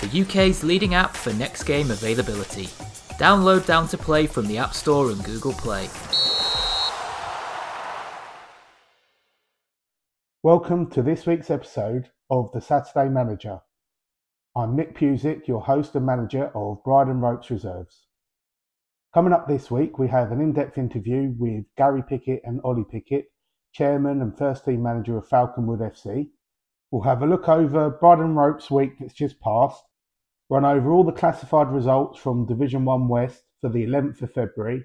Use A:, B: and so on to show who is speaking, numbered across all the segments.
A: the UK's leading app for next game availability. Download Down to Play from the App Store and Google Play.
B: Welcome to this week's episode of The Saturday Manager. I'm Nick Pusick, your host and manager of Brydon Ropes Reserves. Coming up this week, we have an in depth interview with Gary Pickett and Ollie Pickett, chairman and first team manager of Falconwood FC. We'll have a look over Brydon Ropes week that's just passed, run over all the classified results from Division 1 West for the 11th of February,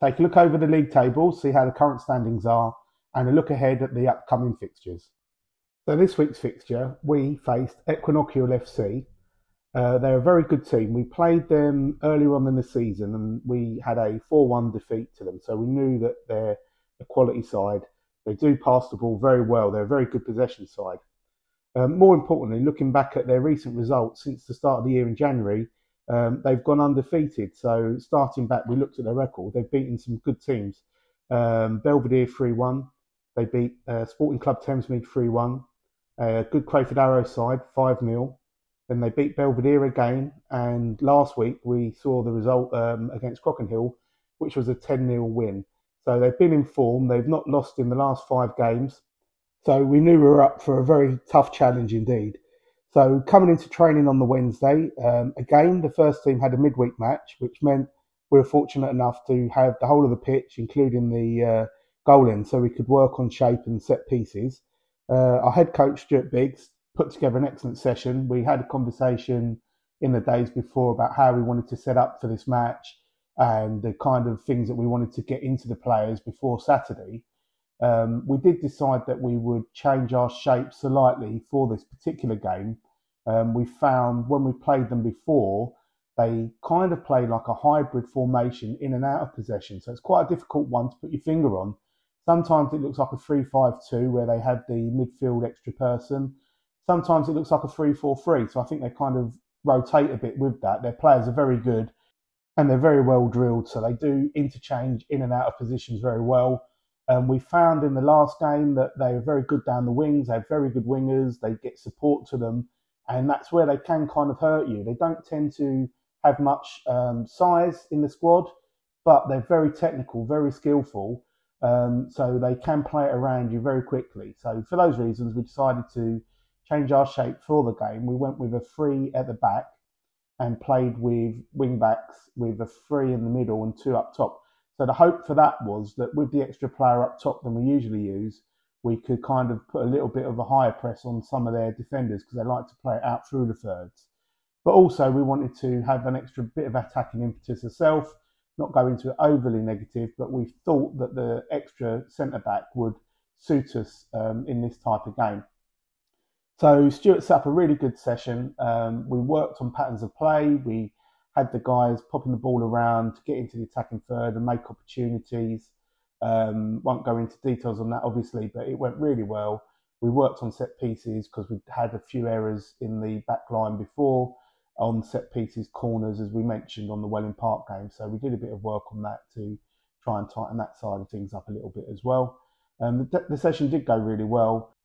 B: take a look over the league table, see how the current standings are, and a look ahead at the upcoming fixtures. So this week's fixture, we faced Equinoctial FC. Uh, they're a very good team. We played them earlier on in the season and we had a 4-1 defeat to them. So we knew that they're a quality side. They do pass the ball very well. They're a very good possession side. Um, more importantly, looking back at their recent results since the start of the year in January, um, they've gone undefeated. So starting back, we looked at their record. They've beaten some good teams. Um, Belvedere 3-1. They beat uh, Sporting Club Thamesmead 3 1, uh, good Crayford Arrow side 5 0. Then they beat Belvedere again. And last week we saw the result um, against Crockenhill, which was a 10 0 win. So they've been in form. They've not lost in the last five games. So we knew we were up for a very tough challenge indeed. So coming into training on the Wednesday, um, again, the first team had a midweek match, which meant we were fortunate enough to have the whole of the pitch, including the uh, goal in so we could work on shape and set pieces. Uh, our head coach, Stuart Biggs, put together an excellent session. We had a conversation in the days before about how we wanted to set up for this match and the kind of things that we wanted to get into the players before Saturday. Um, we did decide that we would change our shape slightly for this particular game. Um, we found when we played them before, they kind of play like a hybrid formation in and out of possession. So it's quite a difficult one to put your finger on. Sometimes it looks like a 3 5 2 where they have the midfield extra person. Sometimes it looks like a 3 4 3. So I think they kind of rotate a bit with that. Their players are very good and they're very well drilled. So they do interchange in and out of positions very well. Um, we found in the last game that they were very good down the wings. They have very good wingers. They get support to them. And that's where they can kind of hurt you. They don't tend to have much um, size in the squad, but they're very technical, very skillful. Um, so they can play it around you very quickly. So for those reasons, we decided to change our shape for the game. We went with a three at the back and played with wing backs with a three in the middle and two up top. So the hope for that was that with the extra player up top than we usually use, we could kind of put a little bit of a higher press on some of their defenders because they like to play it out through the thirds. But also, we wanted to have an extra bit of attacking impetus herself not go into it overly negative, but we thought that the extra centre back would suit us um, in this type of game. So Stuart set up a really good session. Um, we worked on patterns of play. We had the guys popping the ball around to get into the attacking third and make opportunities. Um, won't go into details on that, obviously, but it went really well. We worked on set pieces because we had a few errors in the back line before on set pieces, corners, as we mentioned on the Welling Park game. So we did a bit of work on that to try and tighten that side of things up a little bit as well. Um, the, the, session did go really well.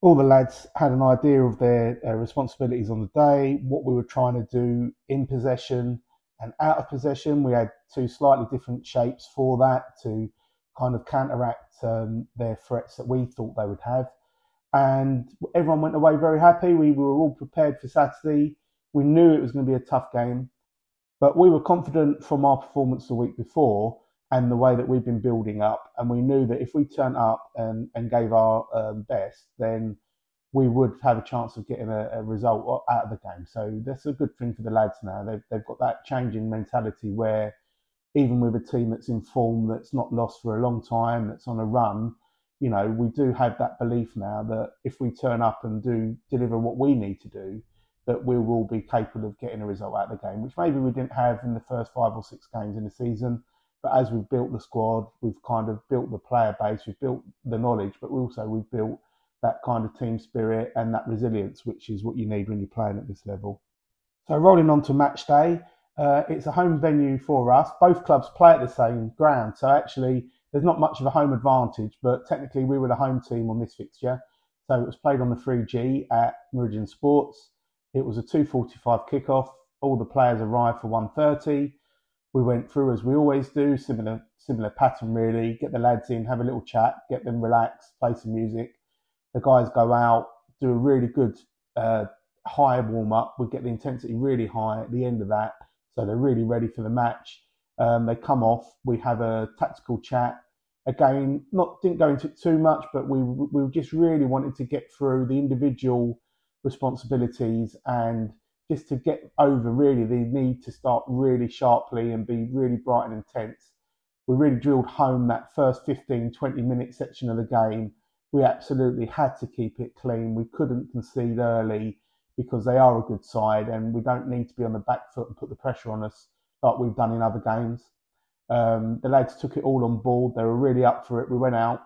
B: All the lads had an idea of their uh, responsibilities on the day, what we were trying to do in possession and out of possession. We had two slightly different shapes for that to kind of counteract um, their threats that we thought they would have. And everyone went away very happy. We were all prepared for Saturday. We knew it was going to be a tough game, but we were confident from our performance the week before and the way that we've been building up. And we knew that if we turned up and, and gave our um, best, then we would have a chance of getting a, a, result out of the game. So that's a good thing for the lads now. They've, they've got that changing mentality where even with a team that's in form, that's not lost for a long time, that's on a run, you know, we do have that belief now that if we turn up and do deliver what we need to do, that we will be capable of getting a result out of the game, which maybe we didn't have in the first five or six games in the season. But as we've built the squad, we've kind of built the player base, we've built the knowledge, but we also we've built that kind of team spirit and that resilience, which is what you need when you're playing at this level. So rolling on to match day, uh, it's a home venue for us. Both clubs play at the same ground, so actually there's not much of a home advantage. But technically, we were the home team on this fixture, so it was played on the 3G at Meridian Sports. It was a 2:45 kickoff. All the players arrived for 1:30. We went through as we always do, similar similar pattern really. Get the lads in, have a little chat, get them relaxed, play some music. The guys go out, do a really good uh, high warm up. We get the intensity really high at the end of that, so they're really ready for the match. Um, they come off. We have a tactical chat. Again, not didn't go into too much, but we we just really wanted to get through the individual responsibilities and just to get over really the need to start really sharply and be really bright and intense. We really drilled home that first 15, 20 minute section of the game. We absolutely had to keep it clean. We couldn't concede early because they are a good side and we don't need to be on the back foot and put the pressure on us like we've done in other games. Um, the lads took it all on board. They were really up for it. We went out,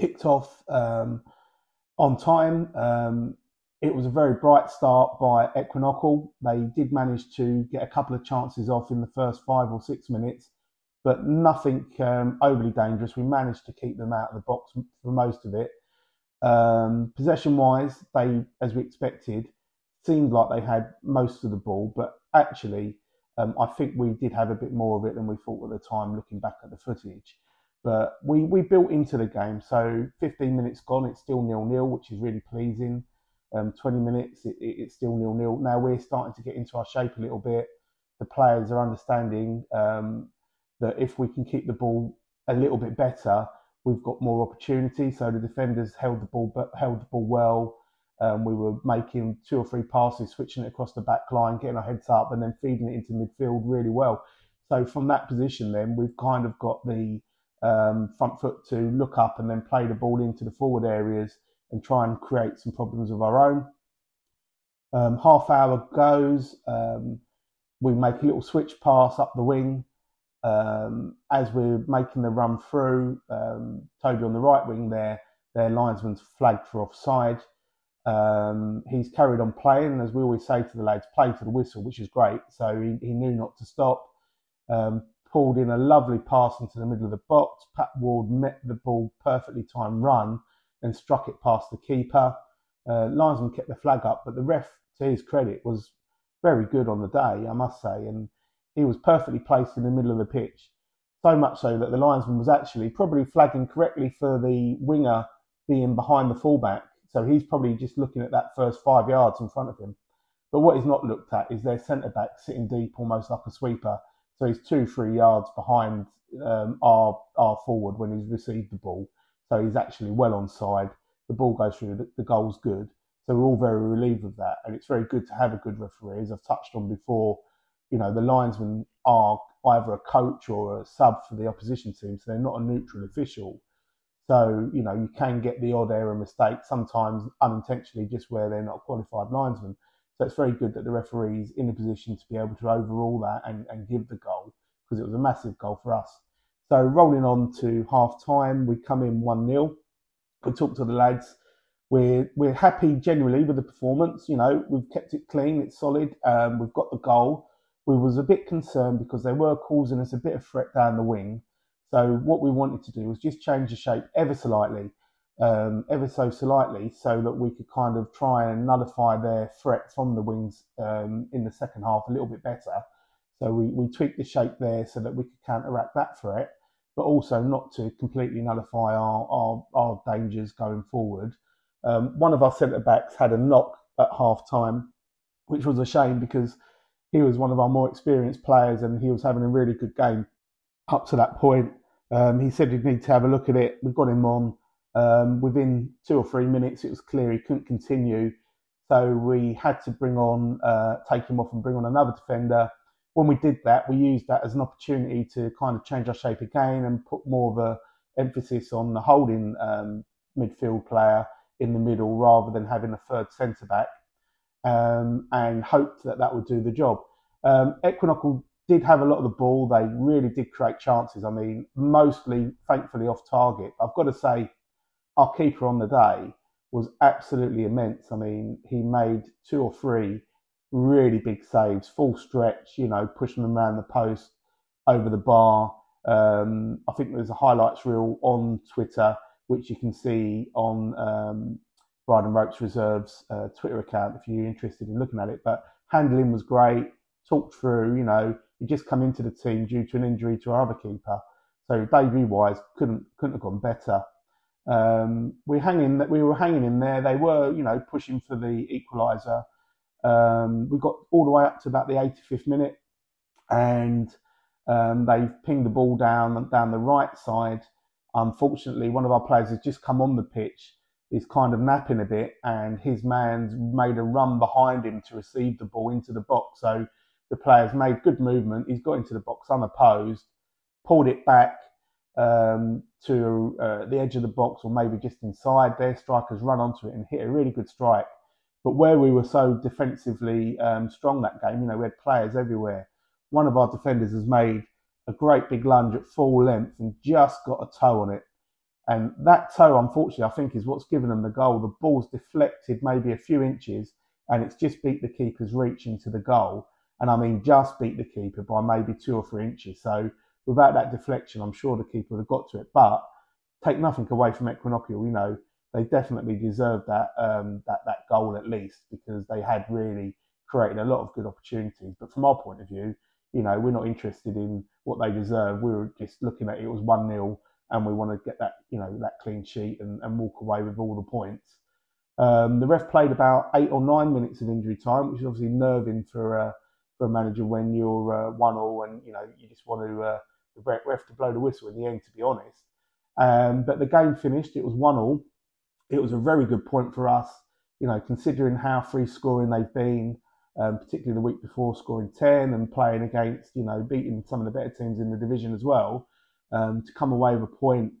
B: kicked off um, on time. Um, it was a very bright start by Equinocal. They did manage to get a couple of chances off in the first five or six minutes, but nothing um, overly dangerous. We managed to keep them out of the box for most of it. possession wise, they, as we expected, seemed like they had most of the ball, but actually, um, I think we did have a bit more of it than we thought at the time, looking back at the footage. But we, we built into the game. So 15 minutes gone, it's still nil nil, which is really pleasing. Um, 20 minutes, it, it, it's still nil nil. Now we're starting to get into our shape a little bit. The players are understanding um, that if we can keep the ball a little bit better, we've got more opportunity. So the defenders held the ball, but held the ball well. Um, we were making two or three passes, switching it across the back line, getting our heads up, and then feeding it into midfield really well. So from that position, then we've kind of got the um, front foot to look up and then play the ball into the forward areas and try and create some problems of our own. Um, half hour goes, um, we make a little switch pass up the wing. Um, as we're making the run through, um, Toby on the right wing there, their linesman's flagged for offside. Um, he's carried on playing, as we always say to the lads, play to the whistle, which is great. So he, he knew not to stop. Um, pulled in a lovely pass into the middle of the box. Pat Ward met the ball perfectly timed run and struck it past the keeper. Uh, Linesman kept the flag up, but the ref, to his credit, was very good on the day, I must say. And he was perfectly placed in the middle of the pitch. So much so that the linesman was actually probably flagging correctly for the winger being behind the fullback. So he's probably just looking at that first five yards in front of him. But what he's not looked at is their centre back sitting deep, almost like a sweeper. So he's two, three yards behind um, our our forward when he's received the ball. So he's actually well on side. The ball goes through. The, the goal's good. So we're all very relieved of that, and it's very good to have a good referee, as I've touched on before. You know, the linesmen are either a coach or a sub for the opposition team, so they're not a neutral official. So, you know, you can get the odd error mistake, sometimes unintentionally, just where they're not qualified linesmen. So it's very good that the referee's in a position to be able to overrule that and, and give the goal because it was a massive goal for us. So rolling on to half time, we come in 1 0. We talk to the lads. We're, we're happy generally with the performance. You know, we've kept it clean, it's solid, um, we've got the goal. We was a bit concerned because they were causing us a bit of threat down the wing. So what we wanted to do was just change the shape ever slightly, um, ever so slightly, so that we could kind of try and nullify their threat from the wings um, in the second half a little bit better. So we, we tweaked the shape there so that we could counteract that threat, but also not to completely nullify our, our, our dangers going forward. Um, one of our centre backs had a knock at half time, which was a shame because he was one of our more experienced players and he was having a really good game up to that point. Um, he said he'd need to have a look at it. We got him on. Um, within two or three minutes, it was clear he couldn't continue. So we had to bring on, uh, take him off and bring on another defender. When we did that, we used that as an opportunity to kind of change our shape again and put more of a emphasis on the holding um, midfield player in the middle rather than having a third centre back. um, and hoped that that would do the job. Um, Equinoctial did have a lot of the ball. They really did create chances. I mean, mostly, thankfully, off target. I've got to say, our keeper on the day was absolutely immense. I mean, he made two or three really big saves, full stretch, you know, pushing them around the post, over the bar. Um, I think there's a highlights reel on Twitter, which you can see on um, Brighton Ropes Reserves uh, Twitter account if you're interested in looking at it. But handling was great, talked through, you know, he just come into the team due to an injury to our other keeper. So debut wise, couldn't couldn't have gone better. Um, we hanging we were hanging in there. They were, you know, pushing for the equaliser. Um, we got all the way up to about the 85th minute, and um, they've pinged the ball down down the right side. Unfortunately, one of our players has just come on the pitch, is kind of napping a bit, and his man's made a run behind him to receive the ball into the box. So the player's made good movement. He's got into the box unopposed, pulled it back um, to uh, the edge of the box, or maybe just inside. Their strikers run onto it and hit a really good strike. But where we were so defensively um, strong that game, you know, we had players everywhere one of our defenders has made a great big lunge at full length and just got a toe on it. And that toe, unfortunately, I think is what's given them the goal. The ball's deflected maybe a few inches and it's just beat the keeper's reach into the goal. And I mean, just beat the keeper by maybe two or three inches. So without that deflection, I'm sure the keeper would have got to it. But take nothing away from Equinoctial, you know, they definitely deserved that, um, that, that goal at least because they had really created a lot of good opportunities. But from our point of view, you know, we're not interested in what they deserve. We were just looking at it, it was 1 0, and we want to get that, you know, that clean sheet and, and walk away with all the points. Um, the ref played about eight or nine minutes of injury time, which is obviously nerving for, uh, for a manager when you're uh, 1 0 and, you know, you just want to, uh, the ref to blow the whistle in the end, to be honest. Um, but the game finished, it was 1 0. It was a very good point for us, you know, considering how free scoring they've been. Um, particularly the week before scoring 10 and playing against, you know, beating some of the better teams in the division as well, um, to come away with a point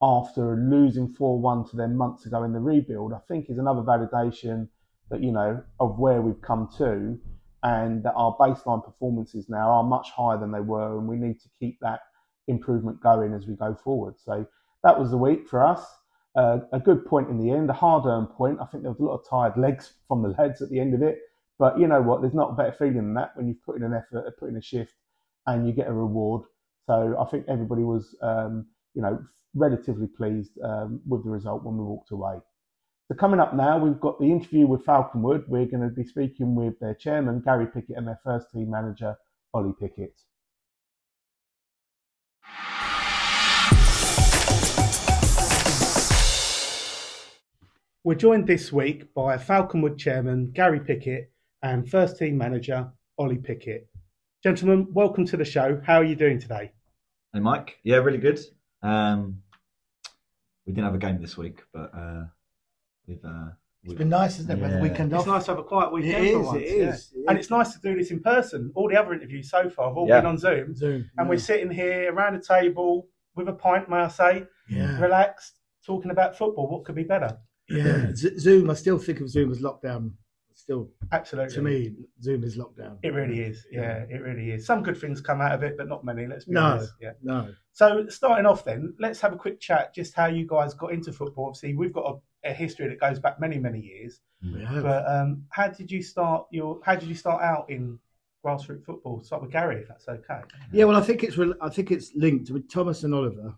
B: after losing 4 1 to them months ago in the rebuild, I think is another validation that, you know, of where we've come to and that our baseline performances now are much higher than they were and we need to keep that improvement going as we go forward. So that was the week for us. Uh, a good point in the end, a hard earned point. I think there was a lot of tired legs from the lads at the end of it. But you know what? There's not a better feeling than that when you put in an effort, uh, put in a shift, and you get a reward. So I think everybody was, um, you know, relatively pleased um, with the result when we walked away. So coming up now, we've got the interview with Falconwood. We're going to be speaking with their chairman Gary Pickett and their first team manager Ollie Pickett. We're joined this week by Falconwood chairman Gary Pickett and first team manager Ollie Pickett. Gentlemen, welcome to the show. How are you doing today?
C: Hey, Mike. Yeah, really good. Um, we didn't have a game this week, but uh, we've. Uh,
D: it's been nice, hasn't it? Yeah. The weekend
C: it's
D: off.
B: nice to have a quiet weekend
D: It
B: for
D: is,
B: once.
D: it is,
B: yeah.
D: it
B: And
D: is.
B: it's nice to do this in person. All the other interviews so far have all
C: Yeah.
B: been on Zoom.
D: Zoom.
B: And we're sitting here around a table with a pint, may I say,
D: yeah.
B: relaxed, talking about football. What could be better?
D: yeah. Z- Zoom. I still think of Zoom as lockdown. Still,
B: Absolutely.
D: to me, Zoom is lockdown.
B: It really is. Yeah, it really is. Some good things come out of it, but not many, let's be
D: No.
B: honest. Yeah.
D: No.
B: So starting off then, let's have a quick chat just how you guys got into football. Obviously, we've got a, a history that goes back many, many years.
D: We have.
B: But um, how did you start your how did you start out in grassroots football? Start with Gary if that's okay.
D: yeah. Well, I think it's. rel- I think it's linked. with Thomas and Oliver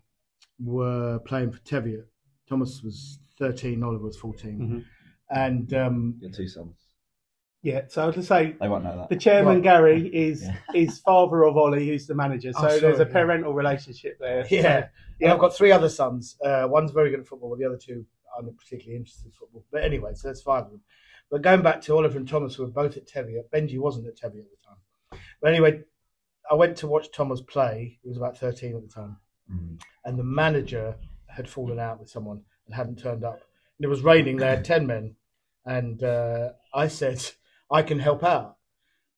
D: were playing for Teviot. Thomas was thirteen. Oliver was 14
B: Mhm.
D: And um,
C: Your two sons.
B: Yeah, so I was to say
C: They won't know
B: the
C: that.
B: chairman
D: Right.
B: Gary is
C: Yeah.
B: is father of Ollie, who's the manager. So
D: Oh,
B: there's a
D: sorry, yeah.
B: parental relationship there.
D: yeah.
B: Yeah.
D: And I've got three other sons. Uh, one's very good at football. The other two aren't particularly interested in football. But anyway, so that's five of them. But going back to Oliver and Thomas, who were both at Teviot. Benji wasn't at Teviot at the time. But anyway, I went to watch Thomas play. He was about 13 at the time.
C: Mm.
D: And the manager had fallen out with someone and hadn't turned up. And it was raining. They had 10 men. And uh, I said, I can help out.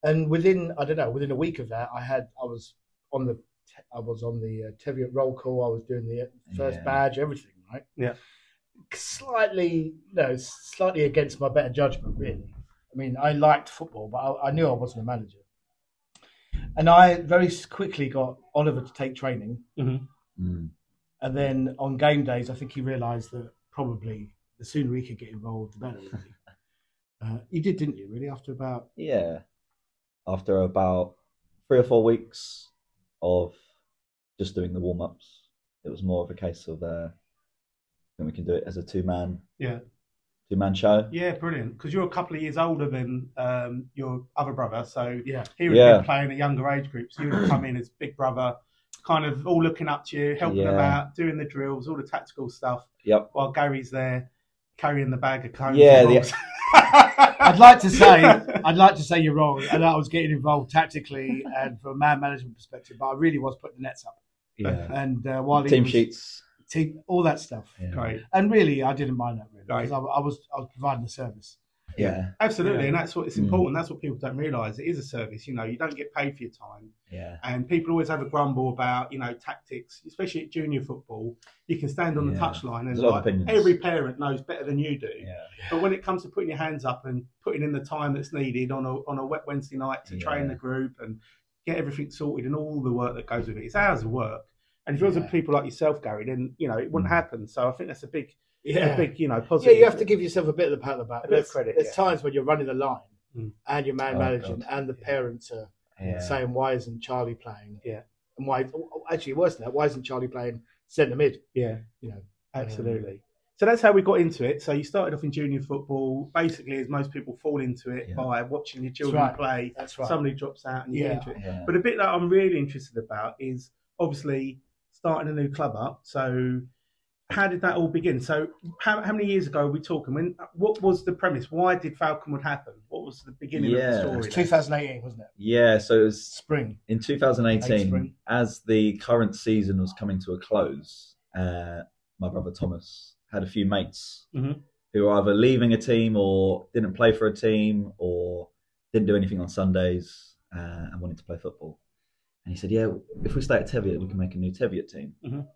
D: And within, I don't know, within a week of that, I had, I was on the, I was on the uh, Teviot roll call. I was doing the uh, first
C: Yeah.
D: badge, everything, right?
B: Yeah.
D: Slightly, no, slightly against my better judgment, really. I mean, I liked football, but I, I knew I wasn't a manager. And I very s- quickly got Oliver to take training.
E: Mm.
D: And then on game days, I think he realised that probably the sooner he could get involved, the better. Really. uh, you did, didn't you, really, after about.
C: Yeah. After about three or four weeks of just doing the warm ups, it was more of a case of uh, then we can do it as a two man
B: Yeah.
C: two man show.
B: Yeah, brilliant. Because you're a couple of years older than um, your other brother, so
D: Yeah.
B: he would have
C: Yeah.
B: been playing at younger age groups. You would have come in as big brother, kind of all looking up to you, helping them
C: Yeah.
B: out, doing the drills, all the tactical stuff,
C: Yep.
B: while Gary's there carrying the bag of cones.
C: Yeah,
B: and
C: the-
B: balls.
D: I'd like to say, I'd like to say you're wrong, and I was getting involved tactically and from a man management perspective, but I really was putting the nets up.
E: Yeah.
D: And uh, while he
C: Team
D: was-
C: sheets.
D: team, all that stuff.
E: Yeah.
B: Great.
D: And really, I didn't mind that really,
B: Right.
D: because I, I was I was providing a service.
C: Yeah.
B: Absolutely,
D: Yeah.
B: and that's what it's
C: Mm.
B: important. That's what people don't realise. It is a service. You know, you don't get paid for your time,
C: Yeah.
B: and people always have a grumble about you know tactics, especially at junior football. You can stand on the
C: Yeah.
B: touchline, and
C: There's a lot
B: like,
C: of opinions.
B: every parent knows better than you do.
C: Yeah.
B: But when it comes to putting your hands up and putting in the time that's needed on a on a wet Wednesday night to train
C: Yeah.
B: the group and get everything sorted and all the work that goes with it, it's hours of work. And if it wasn't
D: Yeah.
B: people like yourself, Gary, then you know it wouldn't
C: Mm.
B: happen. So I think that's a big, a
D: Yeah.
B: big, you know,
D: yeah,
B: positive.
D: you have to give yourself a bit of the pat on the back.
B: A bit of
D: There's,
B: credit,
D: there's
B: yeah.
D: times when you're running the line
B: Mm.
D: and you're man
C: Oh,
D: managing, and the parents are
C: Yeah.
D: saying, "Why isn't Charlie playing?"
B: Yeah.
D: and why? Actually, worse than that, why isn't Charlie playing centre mid?
B: yeah,
D: You know,
B: absolutely. so that's how we got into it. So you started off in junior football, basically, as most people fall into it
C: Yeah.
B: by watching your children
D: right.
B: play.
D: that's right.
B: Somebody drops out and you
D: Yeah.
B: get into it.
C: Yeah.
B: But a bit that I'm really interested about is obviously starting a new club up. So how did that all begin? So how, how many years ago are we talking? When what was the premise? Why did Falconwood happen? What was the beginning
C: Yeah.
B: of
D: it
B: the
D: was
B: story?
D: 2018, wasn't it?
C: Yeah, so it was
D: Spring.
C: in
D: Late
C: 2018,
D: spring.
C: as the current season was coming to a close, uh, my brother Thomas had a few mates
B: Mhm.
C: who were either leaving a team or didn't play for a team or didn't do anything on Sundays uh, and wanted to play football. And he said, "Yeah, if we stay at Teviot, we can make a new Teviot team."
B: Mhm.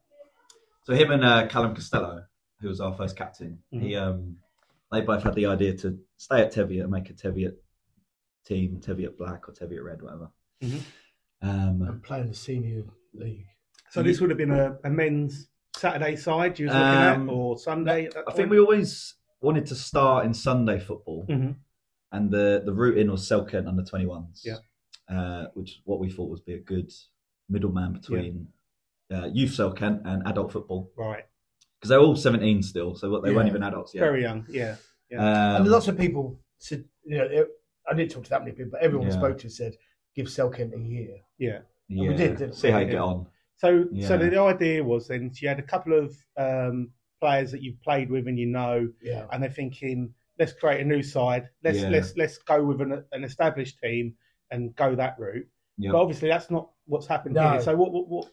C: So him and uh, Callum Costello, who was our first captain, he um, they both had the idea to stay at Teviot and make a Teviot team, Teviot Black or Teviot Red, whatever.
B: Mhm.
C: Um,
D: I'm playing the senior league.
B: So this would have been a, a men's Saturday side you was looking
C: Um,
B: at, or Sunday. at that
C: I think
B: point?
C: we always wanted to start in Sunday football,
B: Mhm.
C: and the the route in was Selkirk under twenty ones,
B: Yeah.
C: uh, which is what we thought would be a good middleman between uh, youth Selkirk and adult football
B: right,
C: because they're all seventeen still, so what they weren't
D: Yeah.
C: even adults yet.
B: very young. Yeah,
C: Um,
D: and lots of people said, you know, it, I didn't talk to that many people, but everyone I
C: Yeah.
D: spoke to said, give Selkirk a year.
C: yeah,
D: we did, didn't we?
C: see how you
B: Yeah.
C: get on.
B: So, so
C: Yeah.
B: the idea was then so you had a couple of um, players that you've played with and you know,
D: Yeah.
B: and they're thinking, let's create a new side. Let's
C: Yeah.
B: let's let's go with an, an established team and go that route.
C: Yeah.
B: But obviously, that's not what's happened
D: No.
B: here. So, what what, what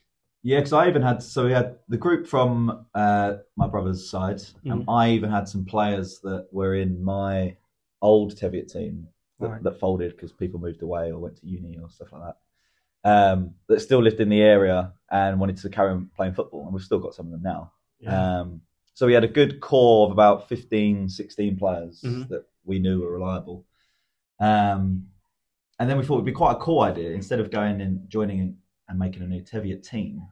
C: Yeah, because I even had so we had the group from uh, my brother's side, and I even had some players that were in my old Teviot team that,
B: Right.
C: that folded because people moved away or went to uni or stuff like that. Um, that still lived in the area and wanted to carry on playing football, and we've still got some of them now. Um, so we had a good core of about 15, 16 players
B: Mhm.
C: that we knew were reliable. Um, and then we thought it'd be quite a cool idea. Instead of going and joining and making a new Teviot team,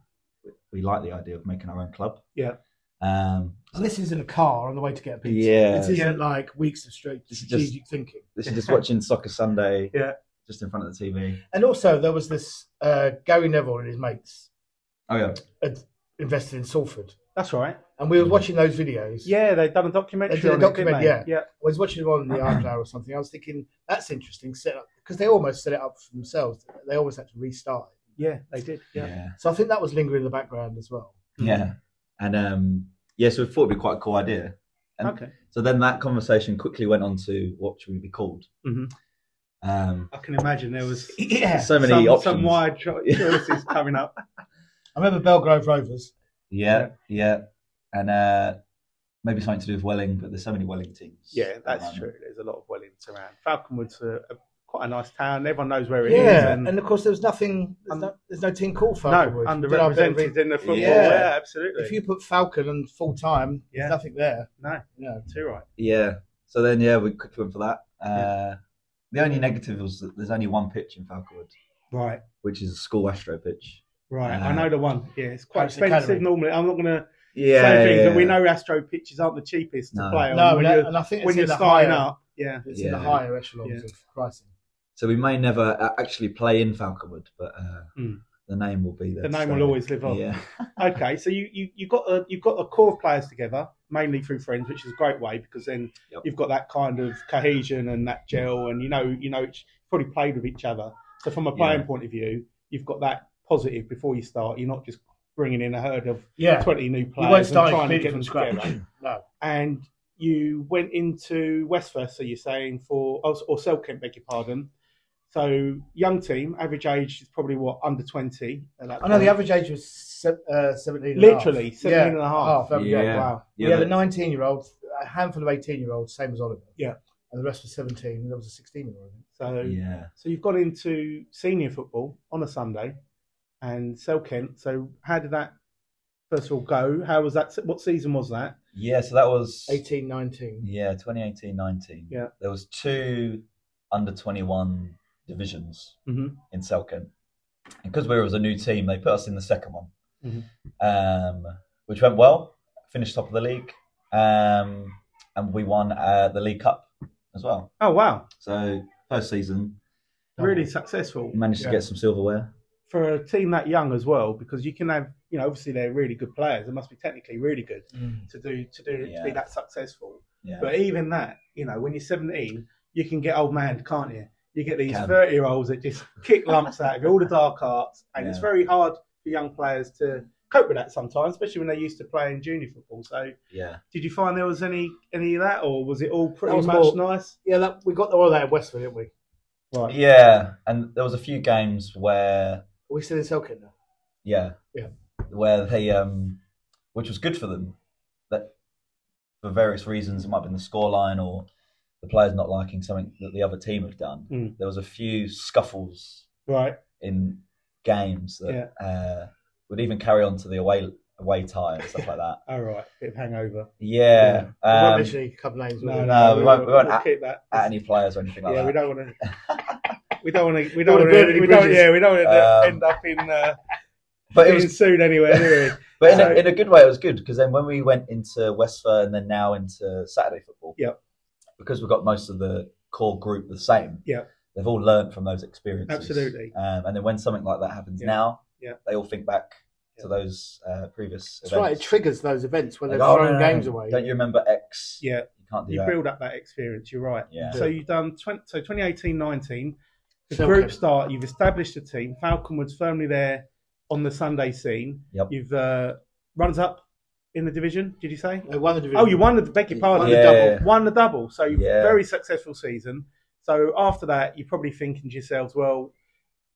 C: we- we like the idea of making our own club.
B: Yeah.
C: Um,
D: And this is in a car on the way to get a pizza.
C: Yeah.
D: This isn't like weeks of straight
C: This is just-
D: strategic thinking.
C: this is just watching Soccer Sunday.
B: Yeah.
C: Just in front of the TV.
D: And also, there was this uh, Gary Neville and his mates
C: Oh yeah.
D: invested in Salford.
B: that's right.
D: And we were watching those videos.
B: Yeah, they've done a documentary.
D: They did a
B: on it, didn't
D: document,
B: they?
D: yeah.
B: yeah.
D: I was watching them on the iPlayer or something. I was thinking, that's interesting set up because they almost set it up for themselves. They always had to restart. it.
B: Yeah, they did. Yeah.
C: Yeah.
D: So I think that was lingering in the background as well.
C: Yeah. And um, yeah, so we thought it'd be quite a cool idea. And
B: Okay.
C: So then that conversation quickly went on to what should we be called?
B: Mhm.
C: Um,
B: I can imagine there was
D: Yeah.
C: so many
B: some,
C: options.
B: some wide cho- choices coming up.
D: I remember Belgrove Rovers.
C: Yeah, yeah, and uh, maybe something to do with Welling, but there's so many Welling teams.
B: Yeah,
C: at the
B: that's
C: moment.
B: true. There's a lot of Wellings around. Falconwood's a, uh, a, quite a nice town. Everyone knows where it is.
D: Yeah,
B: and-
D: and of course there was nothing. There's,
B: Um,
D: no, there's no team called
B: No,
D: Falconwood. Did I better read-
B: underrepresented in the football.
C: Yeah.
B: Yeah, absolutely.
D: If you put Falcon and full time,
B: Yeah.
D: there's nothing there.
B: No.
D: You know.
B: Too right.
C: Yeah, So then, yeah, we quickly went for that. Uh, The only negative was that there's only one pitch in Falconwood,
B: Right,
C: which is a school Astro pitch.
B: right.
C: Uh,
B: I know the one. Yeah, it's quite
D: Perhaps
B: expensive
D: Academy.
B: normally. I'm not going to
C: Yeah,
B: say things,
C: yeah,
B: but we
C: yeah.
B: know Astro pitches aren't the cheapest to
C: No.
B: play on
D: No,
B: when
D: and, I-
B: you're,
D: and I think it's
B: when you're
D: in the
B: starting
D: higher,
B: up. Yeah,
D: It's in the
C: Yeah.
D: higher echelons
B: Yeah.
D: of pricing.
C: So we may never a- actually play in Falconwood, but uh,
B: Hmm.
C: the name will be there.
B: the
C: to
B: name
C: stay.
B: will always live on.
C: Yeah,
B: Okay, so you you you got a you've got a core of players together mainly through friends, which is a great way because then
C: Yep.
B: you've got that kind of cohesion and that gel, and you know you know it's probably played with each other. So from a playing
C: Yeah.
B: point of view, you've got that positive before you start. You're not just bringing in a herd of
D: Yeah,
B: twenty new
D: you won't
B: players and
D: start
B: trying to
D: completely
B: get
D: from
B: them
D: scratch.
B: together.
D: no,
B: And you went into Westford, so you're saying for or, or Selkirk, beg your pardon. So young team, average age is probably what under twenty. at that
D: I know the
B: point.
D: average age was se- uh, seventeen. and a half.
B: Literally, 17
D: yeah,
B: and a half.
D: every
C: Yeah.
D: game.
B: Wow.
C: yeah.
D: we had
C: that-
D: a 19 year old, a handful of 18 year olds, same as Oliver.
B: Yeah.
D: And the rest were 17, and there was a 16 year old.
B: So
C: yeah.
B: So you've gone into senior football on a Sunday and Selkent. So how did that first of all go? How was that? What season was that?
C: Yeah, so that was
D: 18, 19.
C: yeah, 2018 19.
B: Yeah.
C: There was two under 21 divisions
B: Mhm.
C: in Selkirk. And because we were as a new team, they put us in the second one,
B: Mhm.
C: um, which went well, finished top of the league. Um, and we won uh, the League Cup as well.
B: Oh wow,
C: So, first season,
B: really successful
C: managed
D: Yeah.
C: to get some silverware.
B: for a team that young as well. Because you can have, you know, obviously they're really good players. They must be technically really good
C: Mm.
B: to do to do to be
C: Yeah.
B: that successful.
C: Yeah.
B: But even that, you know, when you're 17, you can get old man, can't you? You get these
C: Can.
B: 30 year olds that just kick lumps out of you, all the dark arts, and it's
C: Yeah.
B: very hard for young players to cope with that sometimes, especially when they're used to playing junior football. So,
C: yeah.
B: did you find there was any any of that, or was it all pretty
D: That was
B: much
D: more-
B: nice?
D: Yeah, that, we got all that in Westford, didn't we?
B: Right.
C: Yeah. And there was a few games where
D: Are we still in Selkirk now?
C: Yeah.
D: Yeah.
C: Where they um which was good for them. That for various reasons, it might have been the scoreline or the players not liking something that the other team have done.
B: Mm.
C: There was a few scuffles
B: Right.
C: in games that uh, would even carry on to the away away tie and stuff like that.
B: All right. Bit of hangover.
C: Yeah.
D: we won't
C: Um,
D: mention any club names.
B: No,
D: will
B: no,
D: we?
C: no, we won't- we won't
B: we'll
C: at-
B: keep that.
C: at any players or anything like
B: yeah, we
C: that.
B: don't want to. We don't want to. We don't
D: wanna
B: want
D: burn any
B: to. We don't.
D: bridges.
B: Yeah, we don't want to
C: Um,
B: end up in uh,
C: But it
B: being
C: was
B: sued anywhere. do we?
C: But in,
B: So-
C: a, in a good way, it was good because then when we went into Westford and then now into Saturday football,
B: Yep.
C: because we've got most of the core group the same,
B: Yep.
C: they've all learnt from those experiences.
B: Absolutely.
C: Um, and then when something like that happens
B: Yeah.
C: now,
B: Yeah.
C: they all think back
B: Yeah.
C: to those uh, previous
D: That's
C: events.
D: right, it triggers those events when
C: Like,
D: they've
C: oh,
D: thrown
C: no, no, no,
D: games away.
C: Don't you remember X?
B: Yeah.
C: You can't do
B: you
C: that.
B: build up that experience. You're right.
C: Yeah.
B: So you've done 20, so 2018 19, the
D: Selkirk.
B: group start, you've established a team. Falconwood's firmly there on the Sunday scene.
C: Yep.
B: You've uh, runs up in the division, did you say?
D: They won the division.
B: Oh, you won the, beg your pardon,
C: Won the Yeah. double.
B: Won the double. So you've
C: Yeah.
B: very successful season. So after that, you're probably thinking to yourselves, well,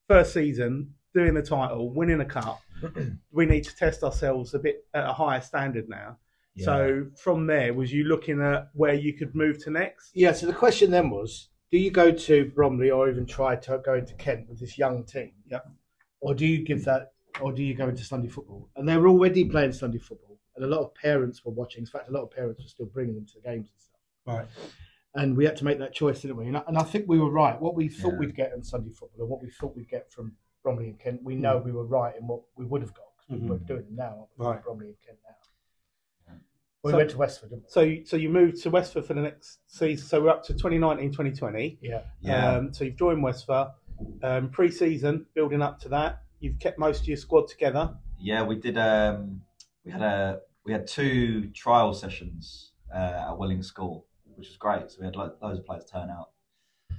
B: first season, doing the title, winning a cup, we need to test ourselves a bit at a higher standard now.
C: Yeah.
B: So from there, was you looking at where you could move to next?
D: Yeah, so the question then was do you go to Bromley or even try to go into Kent with this young team?
B: Yep.
D: Or do you give that, or do you go into Sunday football? And they were already playing Sunday football, and a lot of parents were watching. In fact, a lot of parents were still bringing them to the games and stuff.
B: Right.
D: And we had to make that choice, didn't we? And I, and I think we were right. What we thought
C: Yeah.
D: we'd get in Sunday football and what we thought we'd get from Bromley and Kent, we
B: Mm.
D: know we were right in what we would have got because
B: Mhm.
D: we're doing them now,
B: Right.
D: Bromley and Kent now. We
B: So-
D: went to Westford, didn't
B: So, you- so you moved to Westford for the next season. So we're up to 2019, 2020.
D: we? Yeah.
C: yeah.
B: Um, so you've joined Westford. Um, pre-season, building up to that, you've kept most of your squad together.
C: Yeah, we did. Um, we had a we had two trial sessions uh, at Welling School, which was great. So we had lo- loads of players turn out,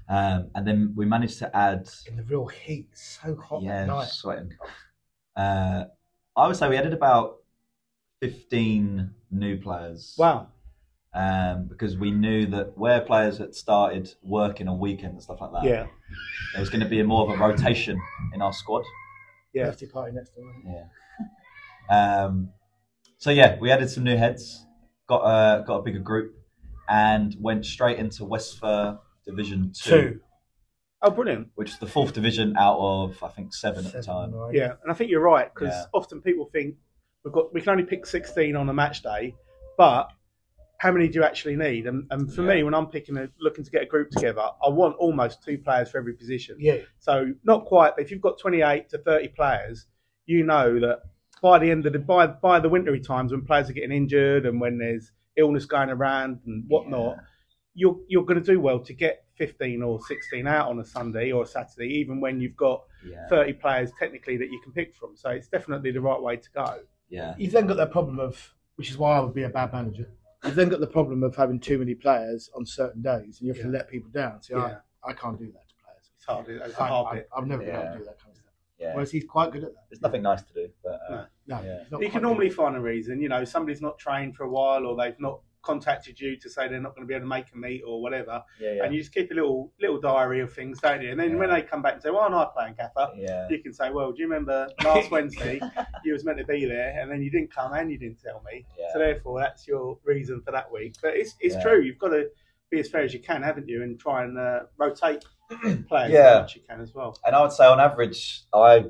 C: um, and then we managed to add.
D: In the real heat, it's so hot
C: yeah,
D: at night.
C: sweating. Uh, I would say we added about fifteen new players.
B: Wow.
C: Um, because we knew that where players had started working on weekends and stuff like that,
B: Yeah.
C: there was going to be more of a rotation in our squad.
B: Yeah.
D: Birthday party next door.
C: Um, so yeah, we added some new heads, got a got a bigger group, and went straight into Westford Division Two,
B: Oh, brilliant.
C: which is the fourth division out of I think seven, at the
D: Seven,
C: time.
D: right.
B: Yeah, and I think you're right because
C: Yeah.
B: often people think we've got we can only pick 16 on a match day, but how many do you actually need? And, and for me, when I'm picking a, looking to get a group together, I want almost two players for every position.
D: Yeah.
B: So not quite, but if you've got 28 to 30 players, you know that by the end of the by by the wintry times when players are getting injured and when there's illness going around and whatnot, you're you're going to do well to get 15 or 16 out on a Sunday or a Saturday, even when you've got
C: Yeah.
B: 30 players technically that you can pick from. So it's definitely the right way to go.
C: Yeah.
D: You've then got that problem of, which is why I would be a bad manager. You've then got the problem of having too many players on certain days, and you have to
B: Yeah.
D: let people down. So
B: Yeah.
D: I, I can't do that to players.
B: It's hard. It's a
D: I,
B: hard
D: I,
B: bit.
D: I've never been able
C: Yeah.
D: to do that kind of stuff.
C: Yeah.
D: Whereas he's quite good at that.
C: There's nothing nice to do, but uh,
D: No,
C: Yeah.
B: You
D: he's not quite
B: can
D: good
B: normally
D: at
B: find a reason. You know, somebody's not trained for a while, or they've not contacted you to say they're not going to be able to make a meet or whatever.
C: yeah, yeah.
B: And you just keep a little little diary of things, don't you? And then when
C: Yeah.
B: they come back and say, "Why aren't I playing, Gaffer?"
C: yeah.
B: You can say, "Well, do you remember last Wednesday you was meant to be there, and then you didn't come and you didn't tell me.
C: Yeah.
B: So therefore, that's your reason for that week." But it's it's
C: Yeah.
B: true. You've got to be as fair as you can, haven't you? And try and uh, rotate players
C: Yeah.
B: as much as you can as well.
C: and I would say on average, I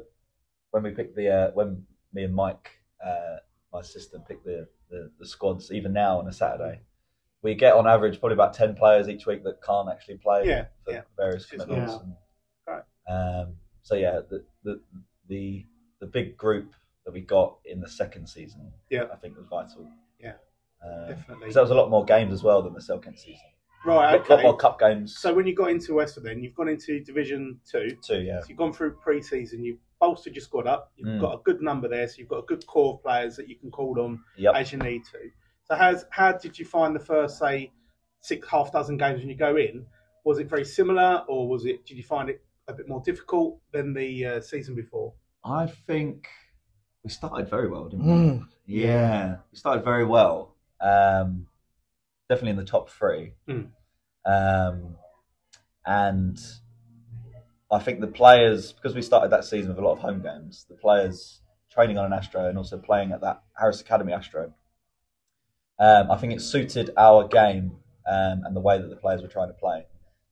C: when we picked the uh, when me and Mike, uh, my assistant, picked the, the the squads. Even now on a Saturday, we get on average probably about ten players each week that can't actually play
B: Yeah,
C: for
B: yeah.
C: various
B: Which is
C: commitments.
B: nice.
C: and-
B: Right.
C: um, so yeah, the, the the the big group that we got in the second season,
B: Yeah.
C: I think was vital.
B: Yeah.
C: because
B: Definitely.
C: there was a lot more games as well than the Selkent season.
B: Right.
C: A lot
B: Okay.
C: more cup games
B: So when you got into Westford, then you've gone into Division Two.
C: too. Yeah,
B: So you've gone through pre-season. You've bolstered your squad up. You've
C: Mm.
B: got a good number there, so you've got a good core of players that you can call on
C: yep.
B: as you need to. So how's, how did you find the first say six half dozen games when you go in? Was it very similar, or was it? Did you find it a bit more difficult than the uh, season before?
C: I think we started very well,
D: that.
C: didn't we?
D: Mm.
C: Yeah, we started very well. Um, definitely in the top three.
B: Mm.
C: Um, and I think the players, because we started that season with a lot of home games, the players training on an Astro and also playing at that Harris Academy Astro, um, I think it suited our game um, and the way that the players were trying to play.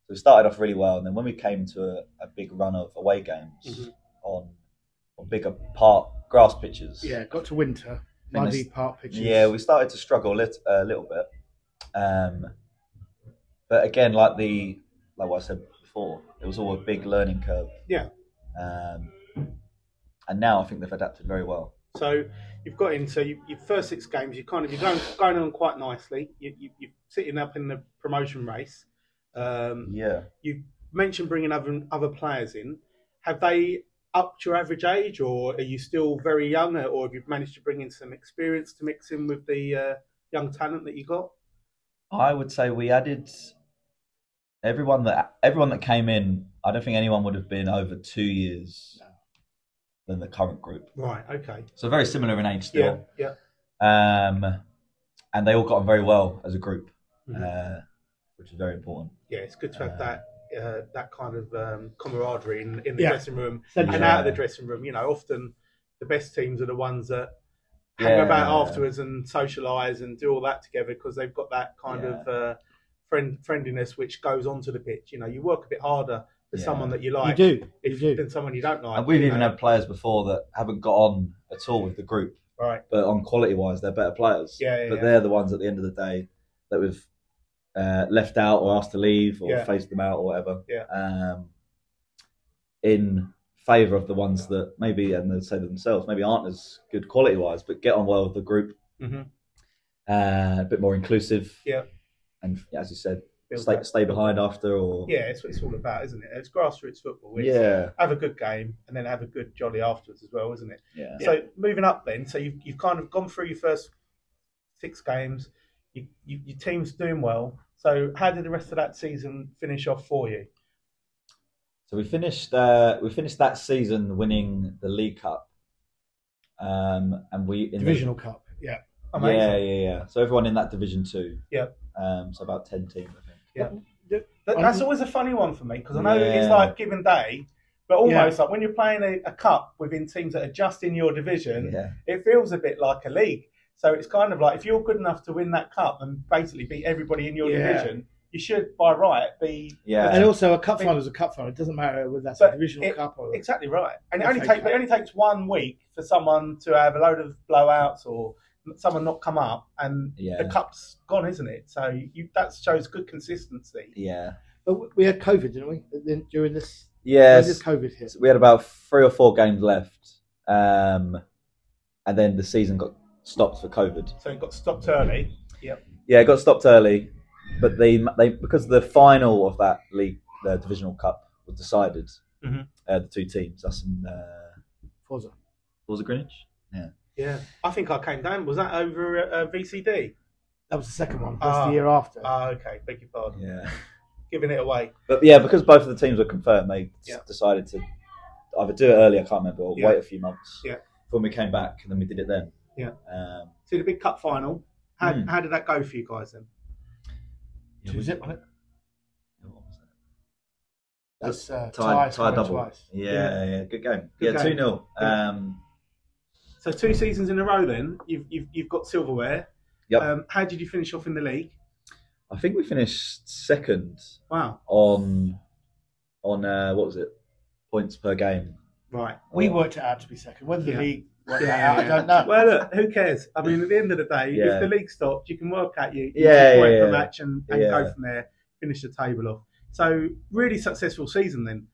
C: So we started off really well, and then when we came to a, a big run of away games
B: Mhm.
C: on, on bigger park grass pitches,
D: Yeah, got to winter,
C: Then
D: muddy
C: it's-
D: park pitches.
C: yeah, we started to struggle a lit- a little bit. Um, but again, like the like what I said before, it was all a big learning curve.
B: Yeah.
C: Um, and now I think they've adapted very well.
B: So you've got in. So you, your first six games, you kind of you're going going on quite nicely. You, you, you're sitting up in the promotion race. Um,
C: Yeah.
B: you mentioned bringing other other players in. Have they upped your average age, or are you still very young, or have you managed to bring in some experience to mix in with the uh, young talent that you got?
C: I would say we added everyone that everyone that came in. I don't think anyone would have been over two years than the current group.
B: Right. Okay.
C: So very similar in age still.
B: Yeah. Yeah.
C: Um, and they all got on very well as a group,
B: Mhm.
C: uh, which is very important.
B: Yeah. It's good to have that uh, that kind of um, camaraderie in, in the
D: Yeah.
B: dressing room
D: Central.
B: and
C: Yeah.
B: out of the dressing room. You know, often the best teams are the ones that hang
C: Yeah.
B: about afterwards and socialise and do all that together because they've got that kind of uh, friend friendliness which goes onto the pitch. You know, you work a bit harder for
C: Yeah.
B: someone that you like.
D: You do.
B: if
D: You do.
B: than someone you don't like.
C: And we've
B: you
C: even
B: know.
C: had players before that haven't got on at all with the group,
B: right.
C: but on quality wise, they're better players.
B: Yeah, yeah,
C: but
B: yeah.
C: they're the ones at the end of the day that we've uh, left out or asked to leave or
B: Yeah.
C: phased them out or whatever.
B: Yeah.
C: Um, in favour of the ones that maybe, and they say to themselves, maybe aren't as good quality wise, but get on well with the group,
B: Mhm.
C: uh, a bit more inclusive.
B: Yeah.
C: And as you said,
B: Build
C: stay,
B: that.
C: stay behind after or.
B: Yeah, it's what it's all about, isn't it? It's grassroots football. It's
C: Yeah.
B: Have a good game and then have a good jolly afterwards as well, isn't it?
C: Yeah.
B: So moving up then, so you've you've kind of gone through your first six games. You, you, your team's doing well. So how did the rest of that season finish off for you?
C: So we finished uh, we finished that season winning the League Cup, um, and we in
D: Divisional Cup. Yeah.
C: The,
B: Amazing.
C: yeah, yeah, yeah. So everyone in that Division Two.
B: Yep.
C: Um, so about ten teams, I think.
B: That,
D: Um,
B: that's always a funny one for me because I know it's
C: Yeah.
B: like give and day, but almost
D: Yeah.
B: like when you're playing a, a cup within teams that are just in your division,
C: Yeah.
B: it feels a bit like a league. So it's kind of like if you're good enough to win that cup and basically beat everybody in your
D: Yeah.
B: division, you should by right be
C: Yeah.
D: And also, a cup final is a cup final. It doesn't matter whether that's a
B: But
D: divisional
B: it-
D: cup or
B: exactly right. And it
D: That's
B: only
D: okay.
B: takes it only takes one week for someone to have a load of blowouts or someone not come up, and
C: Yeah.
B: the cup's gone, isn't it? So you, that shows good consistency.
C: Yeah.
D: But w- we had COVID, didn't we? Then During this, when
C: Yes.
D: did COVID hit.
C: So we had about three or four games left, um, and then the season got stopped for COVID.
B: So it got stopped early.
C: Yeah, it got stopped early, but they they because the final of that league, the divisional cup, was decided.
B: Mhm.
C: Uh, the two teams, us and uh,
D: Forza.
C: was it Greenwich?
B: Yeah, I think I came down. Was that over uh, uh, VCD?
D: That was the second one. That's
B: Ah.
D: the year after.
B: Ah, okay, beg your pardon.
C: Yeah,
B: Giving it away.
C: but yeah, because both of the teams were confirmed, they s-
B: Yeah.
C: decided to either do it early, I can't remember, or
B: Yeah.
C: wait a few months.
B: Yeah.
C: When we came back, and then we did it then.
B: Yeah.
C: Um,
B: So the big cup final. How,
C: Mm.
B: how did that go for you guys then?
C: yeah,
D: Two
C: we-
D: zip on it.
C: what was that?
D: That's uh,
C: Tie,
D: twice,
C: tie
D: twice,
C: double.
D: twice.
C: Yeah, yeah, good game.
B: Good
C: yeah,
B: game.
C: two 0 Um,
B: So two seasons in a row. Then you've you've, you've got silverware.
C: Yep.
B: Um, how did you finish off in the league?
C: I think we finished second
B: Wow.
C: on on uh, what was it points per game.
B: Right.
D: We
C: Oh.
D: worked it out to be second. Whether
B: Yeah.
D: the league worked
B: Yeah,
D: that
B: yeah,
D: out,
B: yeah.
D: I don't know.
B: Well, look, who cares? I mean, at the end of the day,
C: Yeah.
B: if the league stopped, you can work at you. you
C: Yeah,
B: can work
C: yeah,
B: the
C: yeah.
B: match and, and
C: Yeah.
B: go from there. Finish the table off. So really successful season then.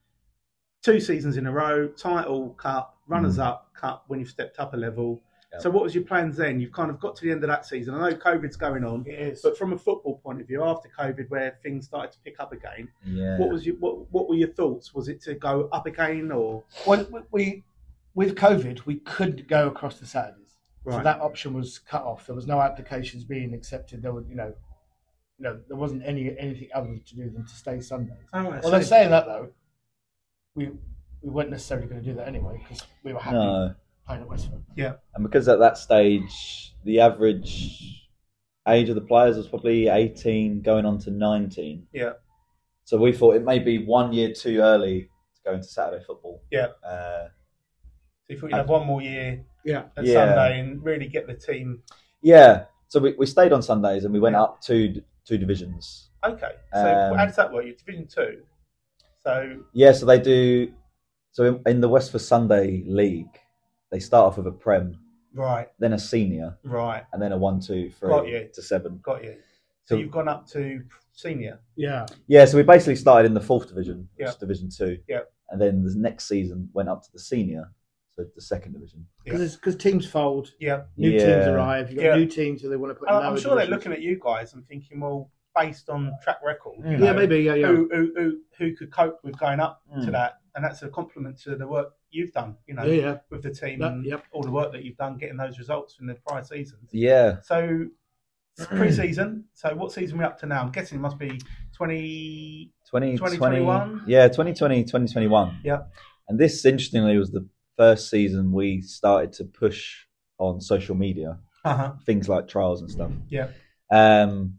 B: Two seasons in a row, title, cup, runners
C: Mm.
B: up, cup. When you've stepped up a level.
C: Yeah.
B: So what was your plans then? You've kind of got to the end of that season. I know COVID's going on,
D: it is.
B: but from a football point of view, after COVID, where things started to pick up again,
C: Yeah.
B: what was your what what were your thoughts? Was it to go up again or
D: Well, we- we with COVID, we couldn't go across the Saturdays, so
B: Right.
D: that option was cut off. There was no applications being accepted. There were, you know, you know, there wasn't any anything other to do than to stay Sundays.
B: Oh, I
D: Although
B: see.
D: saying that though, we we weren't necessarily going to do that anyway because we were happy
C: no,
D: playing at Westford.
C: and because at that stage the average age of the players was probably eighteen, going on to nineteen.
B: Yeah.
C: So we thought it may be one year too early to go into Saturday football.
B: Yeah.
C: Uh,
B: So you thought you'd have one more year
D: Uh, Yeah.
B: at
C: Yeah.
B: Sunday and really get the team
C: yeah. So we, we stayed on Sundays and we went
B: Yeah.
C: up two two divisions.
B: okay. So
C: Um,
B: how does that work? You're division two. So
C: Yeah, so they do. So in, in the West for Sunday League, they start off with a prem,
B: Right,
C: then a senior,
B: right,
C: and then a one, two, three
B: Got you.
C: to seven.
B: got you. So,
C: So-
B: you've gone up to senior.
D: Yeah.
C: Yeah, so we basically started in the fourth division, which is
B: Yeah.
C: Division Two.
B: Yeah.
C: And then the next season went up to the senior, so the second division.
D: Because teams fold,
B: Yeah.
D: new teams
C: Yeah.
D: arrive. You've got
B: Yeah.
D: new teams who they want to put.
B: And
D: in
B: I'm
D: lower
B: sure they're
D: divisions.
B: looking at you guys and thinking, well, based on track record,
C: Mm.
B: you
D: Yeah,
B: know,
D: maybe. Yeah, yeah.
B: Who, who who who could cope with going up to
C: Mm.
B: that? And that's a compliment to the work you've done, you know,
D: yeah, yeah.
B: with the team
D: That-
B: and
D: yep.
B: all the work that you've done getting those results from the prior seasons.
C: Yeah,
B: So it's pre-season. So what season are we up to now? I'm guessing it must be 20.
C: 2020.
B: 2021?
C: Yeah, 2020, 2021.
B: Yeah.
C: And this, interestingly, was the first season we started to push on social media.
B: Uh-huh.
C: things like trials and stuff.
B: Yeah.
C: Um,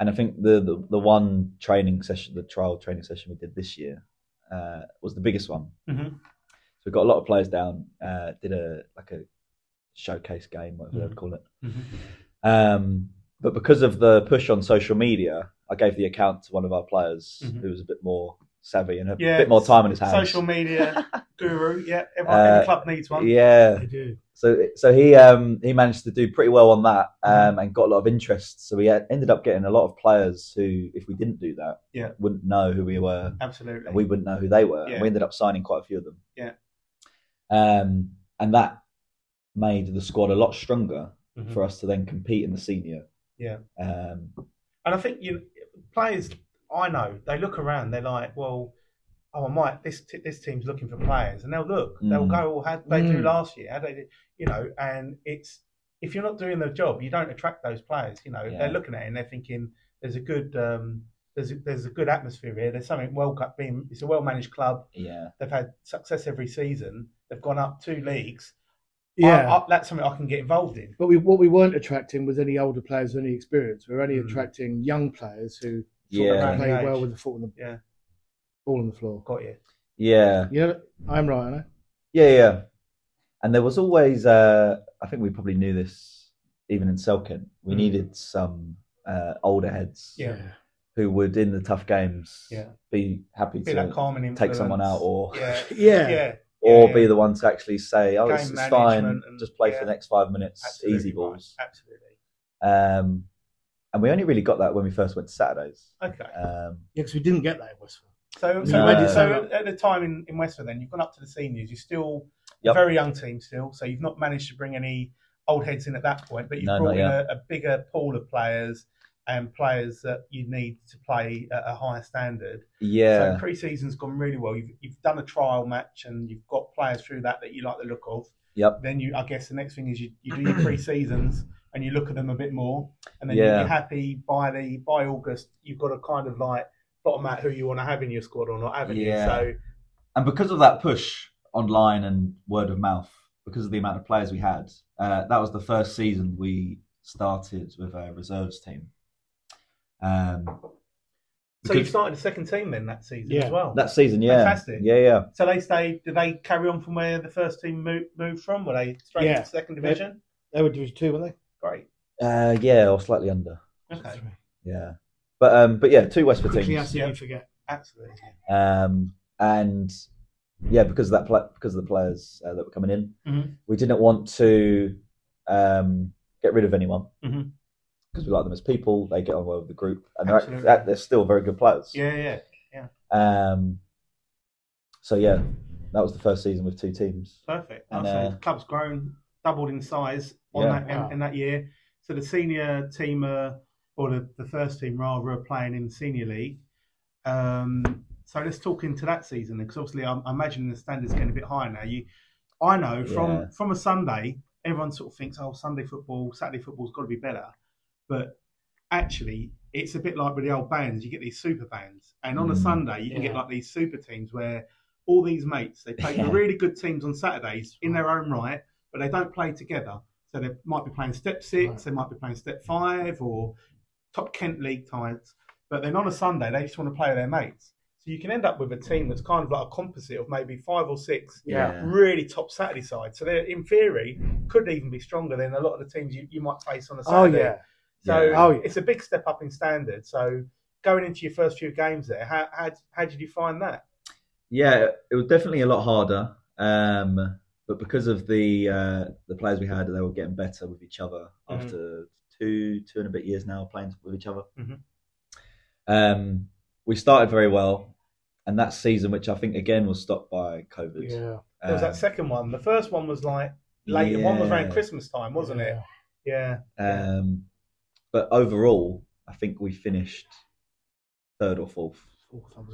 C: and I think the, the the one training session, the trial training session we did this year, uh, was the biggest one.
B: Mhm.
C: So we got a lot of players down. Uh, did a like a showcase game, whatever they'd call it.
B: Mhm.
C: Um, but because of the push on social media, I gave the account to one of our players
B: Mhm.
C: who was a bit more savvy and a
B: Yeah.
C: bit more time in his hands.
B: Social media guru. Yeah, everyone in
C: Uh,
B: the club needs one.
C: Yeah.
D: They do.
C: So so he um he managed to do pretty well on that
B: Mm-hmm.
C: um and got a lot of interest. So we had, ended up getting a lot of players who, if we didn't do that,
B: Yeah.
C: wouldn't know who we were
B: Absolutely.
C: and we wouldn't know who they were. And
B: Yeah.
C: we ended up signing quite a few of them.
B: Yeah.
C: Um, and that made the squad a lot stronger
B: Mhm.
C: for us to then compete in the senior.
B: Yeah.
C: Um,
B: And I think you players I know, they look around, they're like, well, oh, I might. This t- this team's looking for players, and they'll look, they'll
C: Mm.
B: go, well, how did they do
D: Mm.
B: last year? How did they, do-" you know? And it's if you're not doing the job, you don't attract those players. You know,
C: Yeah.
B: they're looking at it and they're thinking, there's a good. Um, there's a, there's a good atmosphere here. There's something well cut being. It's a well managed club.
C: yeah.
B: They've had success every season. They've gone up two leagues.
D: Yeah.
B: I, I, that's something I can get involved in.
D: But we, what we weren't attracting was any older players with any experience. We were only
B: Mm.
D: attracting young players who
C: Yeah.
B: Around
D: play
B: the
D: well
B: age.
D: with the foot on the
B: Yeah.
D: ball on the floor.
B: Got you.
C: Yeah.
D: You know, I'm right, I know.
C: Yeah, yeah. And there was always, uh, I think we probably knew this even in Selkirk, we
B: Mm.
C: needed some uh, older heads
B: Yeah.
C: who would, in the tough games,
B: Yeah.
C: be happy
B: Be
C: to
B: like Carmen
C: take someone out or
B: yeah,
D: Yeah.
B: yeah.
C: or
B: Yeah.
C: be the one to actually say, "Oh, it's,
B: Game
C: it's fine.
B: management and-
C: Just play
B: yeah.
C: for the next five minutes.
B: Absolutely
C: Easy
B: right,
C: balls."
B: Absolutely.
C: Um, and we only really got that when we first went to Saturdays.
B: Okay.
C: Um,
D: because we didn't get that in Westfield.
B: So,
C: No.
B: so, where did- so at the time in, in Westford, then you've gone up to the seniors. You're still
C: Yep.
B: a very young team still, so you've not managed to bring any old heads in at that point. But you've
C: No,
B: brought
C: not
B: in a, a bigger pool of players and players that you need to play at a higher standard.
C: yeah,
B: So pre-season's gone really well. You've, you've done a trial match and you've got players through that that you like the look of.
C: Yep.
B: Then you, I guess, the next thing is you, you do your pre-seasons and you look at them a bit more, and then
C: Yeah.
B: you're happy by the by August. You've got to kind of like bottom out who you want to have in your squad or not have in
C: Yeah.
B: you.
C: and because of that push online and word of mouth, because of the amount of players we had, uh, that was the first season we started with a reserves team. Um,
B: So, so you started a second team then that season
D: Yeah.
B: as well.
C: that season, yeah,
B: Fantastic.
C: yeah, yeah.
B: so they stayed. Did they carry on from where the first team moved, moved from? Were they straight
D: Yeah.
B: into second division?
D: They were Division Two, weren't they?
B: Great.
C: Uh, yeah, or slightly under.
B: Okay.
C: Yeah, but um, but yeah, two Westford
D: Quickly,
C: teams,
D: absolutely
B: Yeah.
D: forget.
B: Absolutely.
C: um, and yeah, because of that pla because of the players uh, that were coming in,
B: Mhm.
C: we didn't want to um, get rid of anyone because
B: Mhm.
C: we like them as people. They get on well with the group, and they're, act-
B: Absolutely.
C: act- they're still very good players.
B: Yeah, yeah.
C: Um, so yeah, that was the first season with two teams.
B: Perfect.
C: And,
B: Oh, so
C: uh,
B: the club's grown, doubled in size on
C: Yeah.
B: that in, in that year. So the senior team, uh, or the, the first team rather, are playing in senior league. Um, so let's talk into that season because obviously I, I imagine the standard's getting a bit higher now. You, I know from
C: Yeah.
B: from a Sunday, everyone sort of thinks, oh, Sunday football, Saturday football's got to be better, but actually. It's a bit like with the old bands, you get these super bands. And on a
C: Mm.
B: Sunday, you can get
D: Yeah.
B: like these super teams where all these mates. They play
C: Yeah.
B: for really good teams on Saturdays in their own right, but they don't play together. So they might be playing step six,
D: Right.
B: they might be playing step five or top Kent League ties. But then on a Sunday, they just want to play with their mates. So you can end up with a team that's kind of like a composite of maybe five or six
C: Yeah.
B: really top Saturday sides. So they're, in theory, could even be stronger than a lot of the teams you, you might face on a
D: Oh
B: Saturday.
D: yeah,
B: So
C: Yeah.
D: Oh, yeah.
B: it's a big step up in standard. So going into your first few games there, how, how, how did you find that?
C: Yeah, it was definitely a lot harder. Um, but because of the uh, the players we had, they were getting better with each other
B: Mhm.
C: after two two and a bit years now playing with each other.
B: Mhm.
C: Um, we started very well, and that season, which I think again was stopped by COVID.
D: yeah.
B: There was
C: Um,
B: that second one. The first one was like later. One was around
C: yeah.
B: Christmas time, wasn't it? Yeah.
C: Um, but overall, I think we finished third or fourth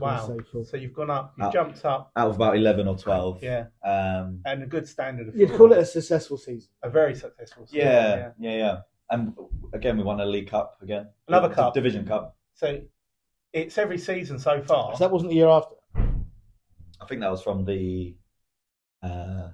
B: Wow. So you've gone up, you've
C: Up.
B: jumped up.
C: out of about eleven or twelve.
B: Yeah.
C: Um,
B: And a good standard of
D: You'd
B: football.
D: call it a successful season.
B: a very successful season.
C: yeah, yeah, yeah. And again, we won a League Cup again.
B: Another
C: Div-
B: cup.
C: Division Cup.
B: So it's every season so far.
D: So that wasn't the year after.
C: I think that was from the uh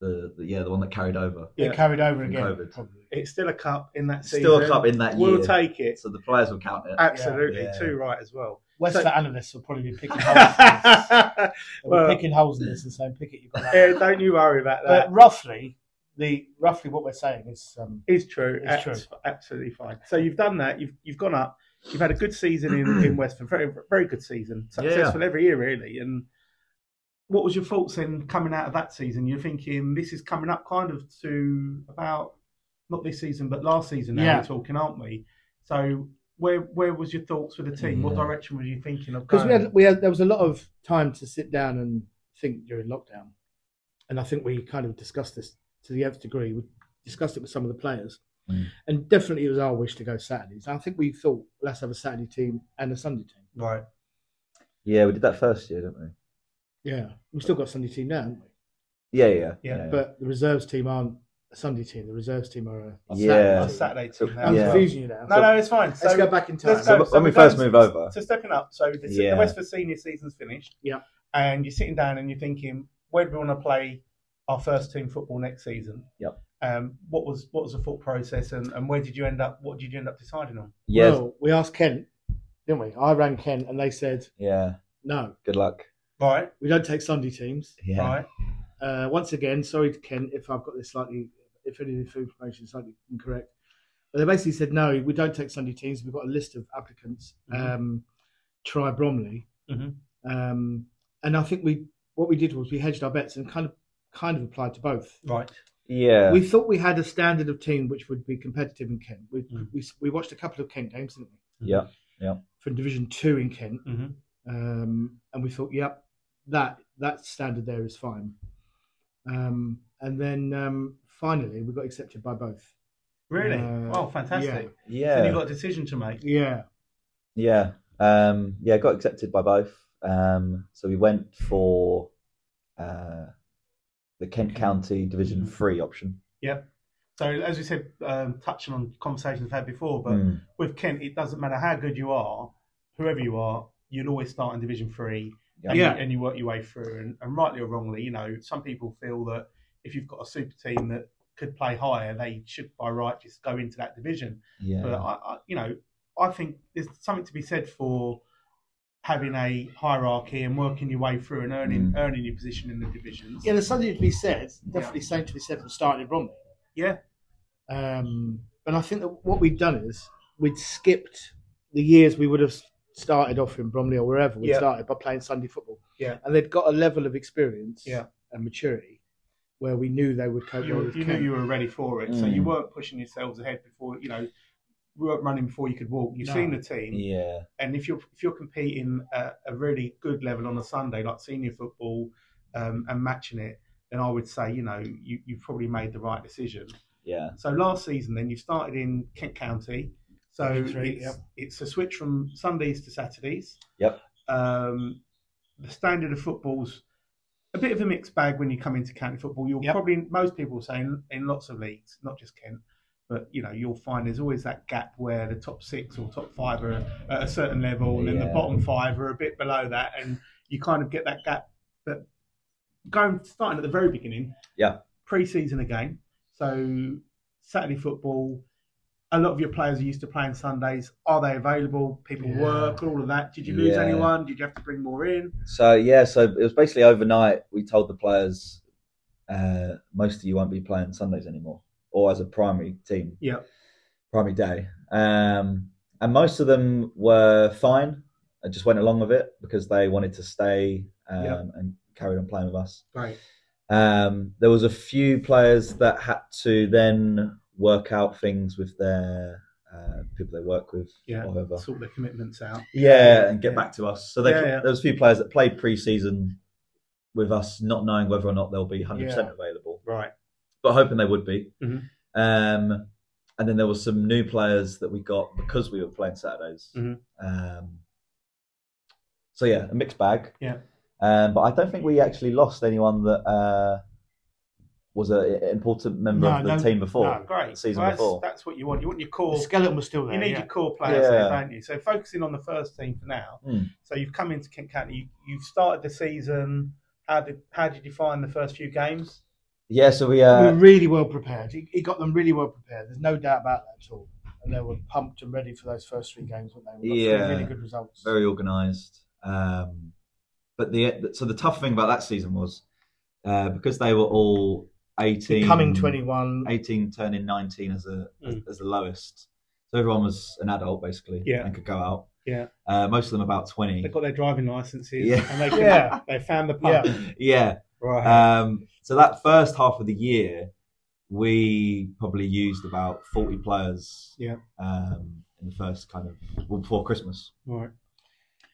C: the, the yeah the one that carried over.
B: Yeah.
D: It carried over
C: From
D: again.
C: COVID.
D: Probably.
B: it's still a cup in that season.
C: Still a cup in that
B: We'll
C: year.
B: take it.
C: So the players will count it.
B: Absolutely.
C: Yeah.
B: Too right as well.
D: West
B: So-
D: Ham analysts will probably be picking holes. in this.
B: yeah,
D: They'll be
B: Well-
D: picking holes in this and saying, "Pick it, you've got that."
B: don't you worry about that.
D: but roughly, the roughly what we're saying is um,
B: It's true.
D: It's true.
B: Abs- Absolutely fine. So you've done that. You've you've gone up. You've had a good season in in Westford. Very very good season. Successful every year really. And what was your thoughts then coming out of that season? You're thinking this is coming up kind of to about not this season but last season. Now
D: Yeah.
B: we're talking, aren't we? So where where was your thoughts for the team? What
C: Yeah.
B: direction were you thinking of?
D: because we
B: going?
D: had, we had there was a lot of time to sit down and think during lockdown, and I think we kind of discussed this to the nth degree. We discussed it with some of the players,
C: Mm.
D: and definitely it was our wish to go Saturdays. I think we thought let's have a Saturday team and a Sunday team.
B: right.
C: Yeah, we did that first year, didn't we?
D: Yeah, we've still got Sunday team now, haven't we?
C: Yeah, yeah,
B: Yeah,
D: But the reserves team aren't a Sunday team. The reams team are a.
B: Our
C: Yeah.
B: Saturday, our Saturday
C: So-
B: team now.
D: I'm
C: Yeah.
D: confusing you now.
B: No, no, it's fine.
D: let's
B: So-
D: go back in time.
B: let's go.
C: So when we
B: we're going
C: first move over.
B: So stepping up, so the,
C: Yeah.
B: the Westford senior season's finished.
D: Yeah.
B: And you're sitting down and you're thinking, where do we want to play our first team football next season?
C: Yep.
B: Um, what was what was the thought process and, and where did you end up? What did you end up deciding on?
C: yeah,
D: Well, we asked Kent, didn't we? I rang Kent, and they said
C: yeah.
D: no.
C: Good luck.
B: Right,
D: We don't take Sunday teams.
C: Yeah,
B: right.
D: Uh, once again, sorry to Kent if I've got this slightly, if any of the information is slightly incorrect. But they basically said, no, we don't take Sunday teams. We've got a list of
B: Mm-hmm.
D: applicants. Um, try Bromley.
B: Mhm.
D: Um, and I think we what we did was we hedged our bets and kind of kind of applied to both.
B: Right.
C: Yeah.
D: We thought we had a standard of team which would be competitive in Kent. We
B: Mm.
D: we, we watched a couple of Kent games, didn't we?
C: Yeah, yeah.
D: From Division Two in Kent,
B: Mm-hmm.
D: um, and we thought, yep, that that standard there is fine. Um, and then um, finally, we got accepted by both.
B: Really?
D: Uh,
B: wow, fantastic.
C: yeah.
B: Then you've got a decision to make.
D: Yeah,
C: Yeah. Um, yeah, got accepted by both. Um, so we went for uh, the Kent County Division 3 option.
B: So, as we said, um, touching on conversations we've had before, but
C: Mm.
B: with Kent, it doesn't matter how good you are, whoever you are, you'll always start in Division Three, and,
D: Yeah.
B: you, and you work your way through. And, and rightly or wrongly, you know, some people feel that if you've got a super team that could play higher, they should by right just go into that division. But
C: Yeah.
B: I, I, you know, I think there's something to be said for having a hierarchy and working your way through and earning
C: Mm.
B: earning your position in the divisions.
D: yeah. There's something to be said. Definitely something to be said from starting in Bromley.
B: Yeah.
D: Um, and I think that what we'd done is we'd skipped the years we would have started off in Bromley or wherever we
B: Yeah.
D: started by playing Sunday football.
B: Yeah.
D: And they'd got a level of experience
B: Yeah.
D: and maturity where we knew they would cope well
B: you,
D: with
B: you knew
D: Kent.
B: you were ready for it, so
C: Mm.
B: you weren't pushing yourselves ahead before you know. We weren't running before you could walk. You've
D: No.
B: seen the team,
C: Yeah.
B: and if you're if you're competing at a really good level on a Sunday like senior football um, and matching it, then I would say you know you you probably made the right decision.
C: Yeah.
B: So last season, then you started in Kent County, so
D: Division three,
B: it's it's a switch from Sundays to Saturdays.
C: Yep.
B: Um, the standard of football's a bit of a mixed bag when you come into county football. You'll probably most people say in, in lots of leagues, not just Kent, but you know you'll find there's always that gap where the top six or top five are at a certain level, and then the
C: Yeah.
B: bottom five are a bit below that, and you kind of get that gap. But going starting at the very beginning,
C: Yeah.
B: pre-season again. So Saturday football. A lot of your players are used to playing Sundays. Are they available? People
D: Yeah.
B: work, all of that. Did you lose
C: Yeah.
B: anyone? Did you have to bring more in?
C: So yeah, so it was basically overnight. We told the players, uh, most of you won't be playing Sundays anymore, or as a primary team.
B: Yeah.
C: primary day. Um, and most of them were fine. I just went along with it because they wanted to stay um,
B: Yeah.
C: and carried on playing with us.
B: Right.
C: Um, there was a few players that had to then work out things with their uh, people they work with,
B: Yeah.
C: or whoever.
B: Sort the commitments out.
C: Yeah, Um, and get
B: Yeah.
C: back to us. So they,
B: Yeah, yeah.
C: there was a few players that played pre-season with us, not knowing whether or not they'll be 100%
B: Yeah.
C: available,
B: Right.
C: but hoping they would be.
B: Mhm.
C: Um, and then there were some new players that we got because we were playing Saturdays.
B: Mhm.
C: Um, so yeah, a mixed bag.
B: Yeah.
C: Um, but I don't think we actually lost anyone that uh, was a- an important member
D: No,
C: of the
D: no,
C: team before.
B: No, Ah, great.
C: The season
B: Well, that's,
C: before.
B: That's what you want. You want your
D: the
B: core.
D: skeleton was still there.
B: You need
D: yeah. Hmm.
B: your core players,
C: Yeah.
B: there, don't you? So focusing on the first team for now.
C: Mm.
B: So you've come into Kent County. You, you've started the season. How did how did you find the first few games?
C: Yeah, so we.
D: we
C: Uh,
D: were really well prepared. He, he got them really well prepared. There's no doubt about that at all. And they were pumped and ready for those first three games, weren't they? We got three
C: Yeah.
D: really good results.
C: very organised. Um, but the so the tough thing about that season was uh, because they were all 18,
D: Becoming 21.
C: 18 turning 19 as a as, as the lowest. So everyone was an adult basically,
B: Mm. Yeah.
C: and could go out.
B: Yeah.
C: uh, most of them about 20.
B: They got their driving licenses.
C: Yeah.
B: And they can,
D: Yeah.
B: they found the pub.
D: Yeah. Uh,
C: yeah.
B: Right.
C: Um, so that first half of the year, we probably used about 40 players.
B: Yeah.
C: Um, in the first kind of well, before Christmas.
B: right.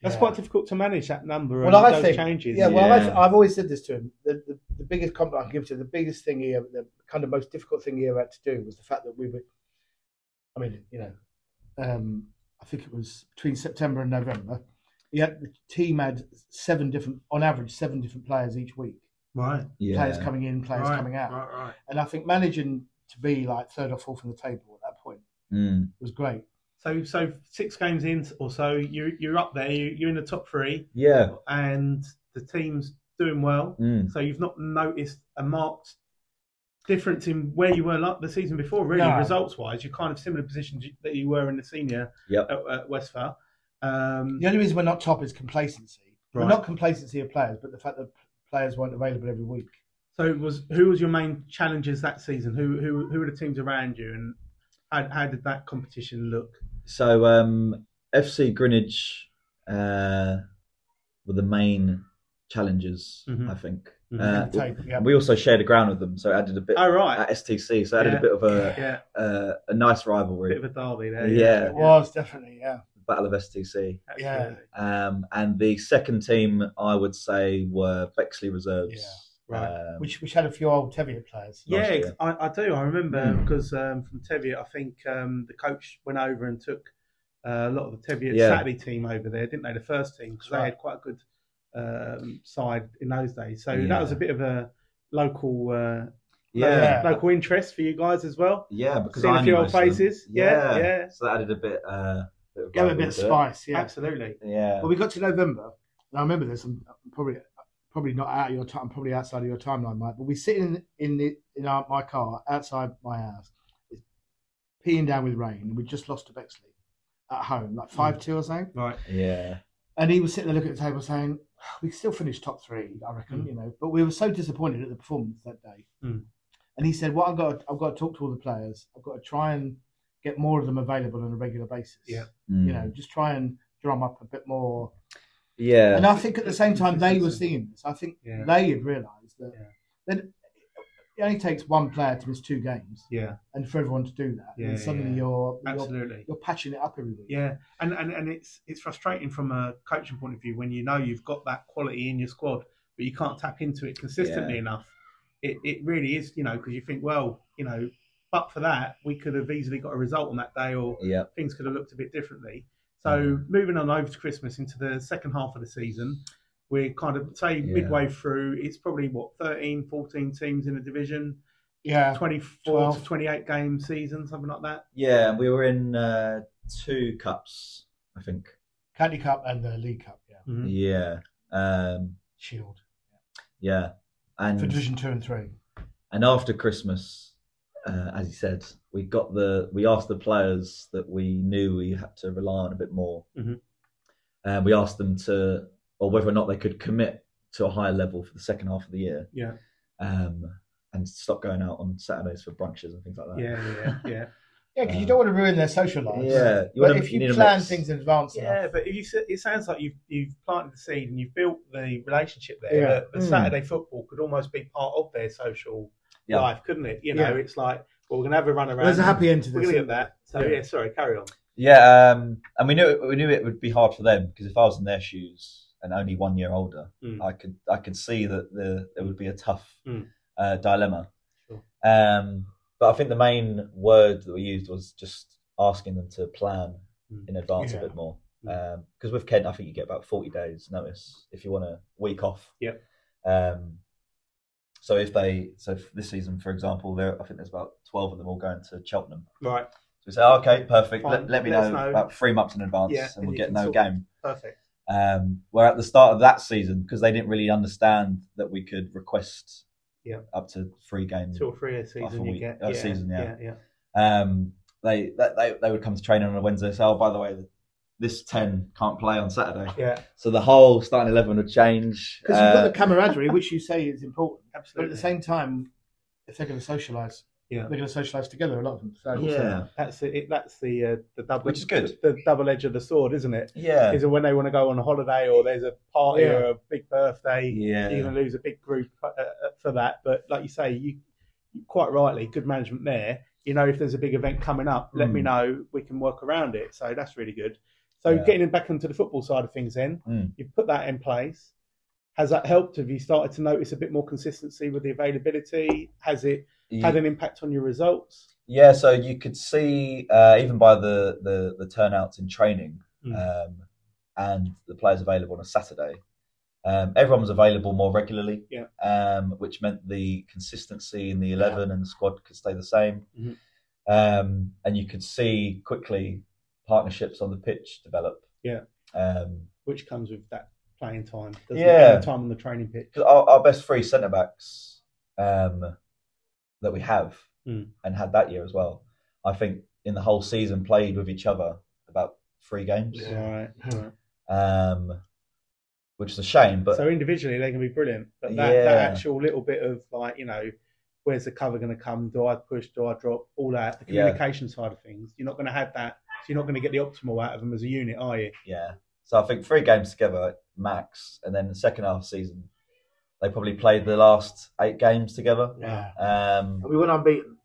B: That's
D: Yeah.
B: quite difficult to manage that number
D: Well, I
B: and those
D: think-
B: changes.
D: Yeah, well, I've,
C: Yeah.
D: I've always said this to him. The, the, the biggest compliment I can give to him, the biggest thing he ever, the kind of most difficult thing he ever had to do was the fact that we were, I mean, you know, um, I think it was between September and November. He had, the team had seven different, on average, seven different players each week.
B: Right.
C: Yeah.
D: Players coming in, players
B: right,
D: coming out.
B: Right, right.
D: And I think managing to be like third or fourth on the table at that point
C: Mm.
D: was great.
B: So so six games in or so, you you're up there. You, you're in the top three,
C: Yeah.
B: and the team's doing well.
C: Mm.
B: So you've not noticed a marked difference in where you were like the season before, really,
D: No.
B: results wise. You're kind of similar positions that you were in the senior
C: Yep.
B: at, at Westphal. Um,
D: The only reason we're not top is complacency. Well,
B: Right.
D: Not complacency of players, but the fact that players weren't available every week.
B: So it was who was your main challenges that season? Who who who were the teams around you, and how, how did that competition look?
C: So um, FC Greenwich uh, were the main challenges.
B: Mhm.
C: I think
B: Mhm.
C: uh,
B: Take- yeah.
C: we also shared a ground with them, so it added a bit
B: Oh right,
C: at STC. So it added
B: Yeah.
C: a bit of a
B: yeah,
C: uh, a nice rivalry,
B: bit of a derby there.
C: Yeah.
D: It was definitely, yeah.
C: Battle of STC.
B: absolutely.
C: Um, and the second team, I would say, were Bexley Reserves.
B: Yeah, right.
C: Um,
D: Which which had a few old Teviot players.
B: Yeah,
C: last
B: ex-
C: year.
B: I, I do. I remember
C: Mm.
B: because um, from Teviot, I think um, the coach went over and took uh, a lot of the Teviot
C: Yeah.
B: Saturday team over there, didn't they? The first team because they
D: Right.
B: had quite a good um, side in those days. So
C: Yeah.
B: that was a bit of a local uh,
C: yeah,
D: Yeah.
B: local interest for you guys as well.
C: yeah, because
B: Seen a
C: I
B: few
C: knew
B: old
C: most of them.
B: faces. Yeah, yeah.
C: So that added a bit, uh, bit of
D: Gave it a
C: rivalry
D: bit of
C: to it.
D: spice, yeah.
B: Absolutely.
C: Yeah,
D: Well, we got to November, and I remember this. I'm probably probably not out of your time, probably outside of your timeline, Mike. But we sit in in the, in our, my car outside my house, it's peeing down with rain, and we just lost to Bexley at home, like five
C: Hmm.
D: two or something.
B: Right.
C: yeah,
D: And he was sitting there looking at the table, saying, "We could still finish top three, I reckon,
B: Mm.
D: you know." But we were so disappointed at the performance that day.
B: Mm.
D: And he said, "Well, I've got to, I've got to talk to all the players. I've got to try and get more of them available on a regular basis.
B: Yeah.
C: Mm.
D: You know, just try and drum up a bit more."
C: yeah,
D: And I think at the same time they were seeing this. I think
B: Yeah.
D: they had realised that
B: Yeah.
D: that it only takes one player to miss two games,
B: Yeah.
D: and for everyone to do that,
B: Yeah,
D: and then suddenly
B: yeah.
D: you're, you're
B: Absolutely.
D: you're patching it up every week.
B: Yeah, and, and and it's it's frustrating from a coaching point of view when you know you've got that quality in your squad, but you can't tap into it consistently enough. It it really is, you know, because you think, well, you know, but for that, we could have easily got a result on that day, or
C: yeah,
B: things could have looked a bit differently. So moving on over to Christmas into the second half of the season, we're kind of say
C: Yeah.
B: midway through. It's probably what 13, 14 teams in the division,
D: yeah.
B: twenty four to
D: 12.
B: twenty eight game season, something like that.
C: yeah. We were in uh, two cups, I think.
D: County Cup and the League Cup, yeah,
C: Mm-hmm.
B: Mhm.
C: Yeah, um,
D: Shield
C: yeah,
D: for
C: and
D: Division Two and Three.
C: and after Christmas, uh, as he said, we got the we asked the players that we knew we had to rely on a bit more.
D: Mm-hmm.
B: Mhm.
C: Uh, we asked them to, or whether or not they could commit to a higher level for the second half of the year.
B: Yeah.
C: Um, and stop going out on Saturdays for brunches and things like that.
B: Yeah, yeah, yeah.
D: Yeah, because you
C: Uh,
D: don't want to ruin their social lives.
C: Yeah. You
D: but
C: wanna-
D: if you,
C: need a
D: plan
C: mix.
D: things in advance,
B: Yeah,
D: yeah,
B: but if you s- it sounds like you've you've planted the seed and you've built the relationship there.
D: Yeah.
B: That the
C: Mm.
B: Saturday football could almost be part of their social
C: Yeah.
B: life, couldn't it? You know,
D: Yeah.
B: it's like well, we're gonna have a run around.
D: there's a happy end to
B: um, We're
D: this.
B: gonna get that. So yeah,
D: Yeah.
B: sorry, carry on.
C: Yeah, um, and we knew it, we knew it would be hard for them because if I was in their shoes and only one year older,
D: Uh,
B: Mm.
C: I could I could see that the it would be a tough
B: Mm.
C: uh, dilemma.
B: Sure.
C: Um, but I think the main word that we used was just asking them to plan
B: Mm.
C: in advance
D: Yeah.
C: a bit more. Because with Kent, I think you get about forty days notice if you want a week off.
B: Yep.
C: Um, so if they so f- this season, for example, there I think there's about twelve of them all going to Cheltenham.
B: Right,
C: So we say, "Oh, okay, perfect.
B: Fine.
C: Let, let me
B: Let us
C: know,
B: know.
C: about three months in advance,
B: Yeah, and
C: and we'll
B: you
C: get
B: can
C: no
B: sort-
C: game.
B: perfect.
C: Um, where at the start of that season, because they didn't really understand that we could request
B: Yeah.
C: up to three games,
B: Two or three a
C: Half a
B: season you
C: week-
B: get.
C: a season, yeah.
B: yeah, yeah.
C: um, they, that, they they would come to training on a Wednesday. and Say, oh, by the way, this ten can't play on Saturday.
B: Yeah,
C: So the whole starting eleven would change.
D: because you've got
C: Uh,
D: the camaraderie, which you say is important. But at
B: absolutely.
D: the same time, if they're going to socialise,
B: Yeah.
D: they're going to socialise together. A lot of them.
C: Uh,
D: So
C: yeah,
B: that's the- it. That's the uh, the double,
C: Which is good.
B: The double edge of the sword, isn't it?
C: yeah,
B: Is when they want to go on a holiday or there's a party
D: Yeah.
B: or a big birthday. you're
C: yeah,
B: going to lose a big group uh, uh, for that. But like you say, you quite rightly, good management there. You know, if there's a big event coming up, let me
C: Mm.
B: know. We can work around it. So that's really good. So
C: Yeah.
B: getting back onto the football side of things, then
C: Mm.
B: you've put that in place. Has that helped? Have you started to notice a bit more consistency with the availability? Has it had an impact on your results?
C: Yeah, so you could see uh, even by the, the, the turnouts in training
B: Mm.
C: um, and the players available on a Saturday, um, everyone was available more regularly,
B: Yeah.
C: um, which meant the consistency in the 11 and the squad could stay the same.
B: Mhm.
C: Um, and you could see quickly partnerships on the pitch develop.
B: Yeah.
C: Um,
B: Which comes with that playing time, doesn't it?
C: Yeah.
B: Playing time on the training pitch.
C: 'cause our, our best three centre backs um, that we have
B: Mm.
C: and had that year as well, I think in the whole season played with each other about three games,
B: Right. right.
C: um, which is a shame. But
B: so individually they can be brilliant, but that,
C: Yeah.
B: that actual little bit of like you know, where's the cover going to come? Do I push? Do I drop? All that the
C: Yeah.
B: communication side of things. You're not going to have that. So you're not going to get the optimal out of them as a unit, are you?
C: yeah, so I think three games together max. And then the second half of the season, they probably played the last eight games together.
D: Yeah.
C: Um,
D: And we went unbeaten.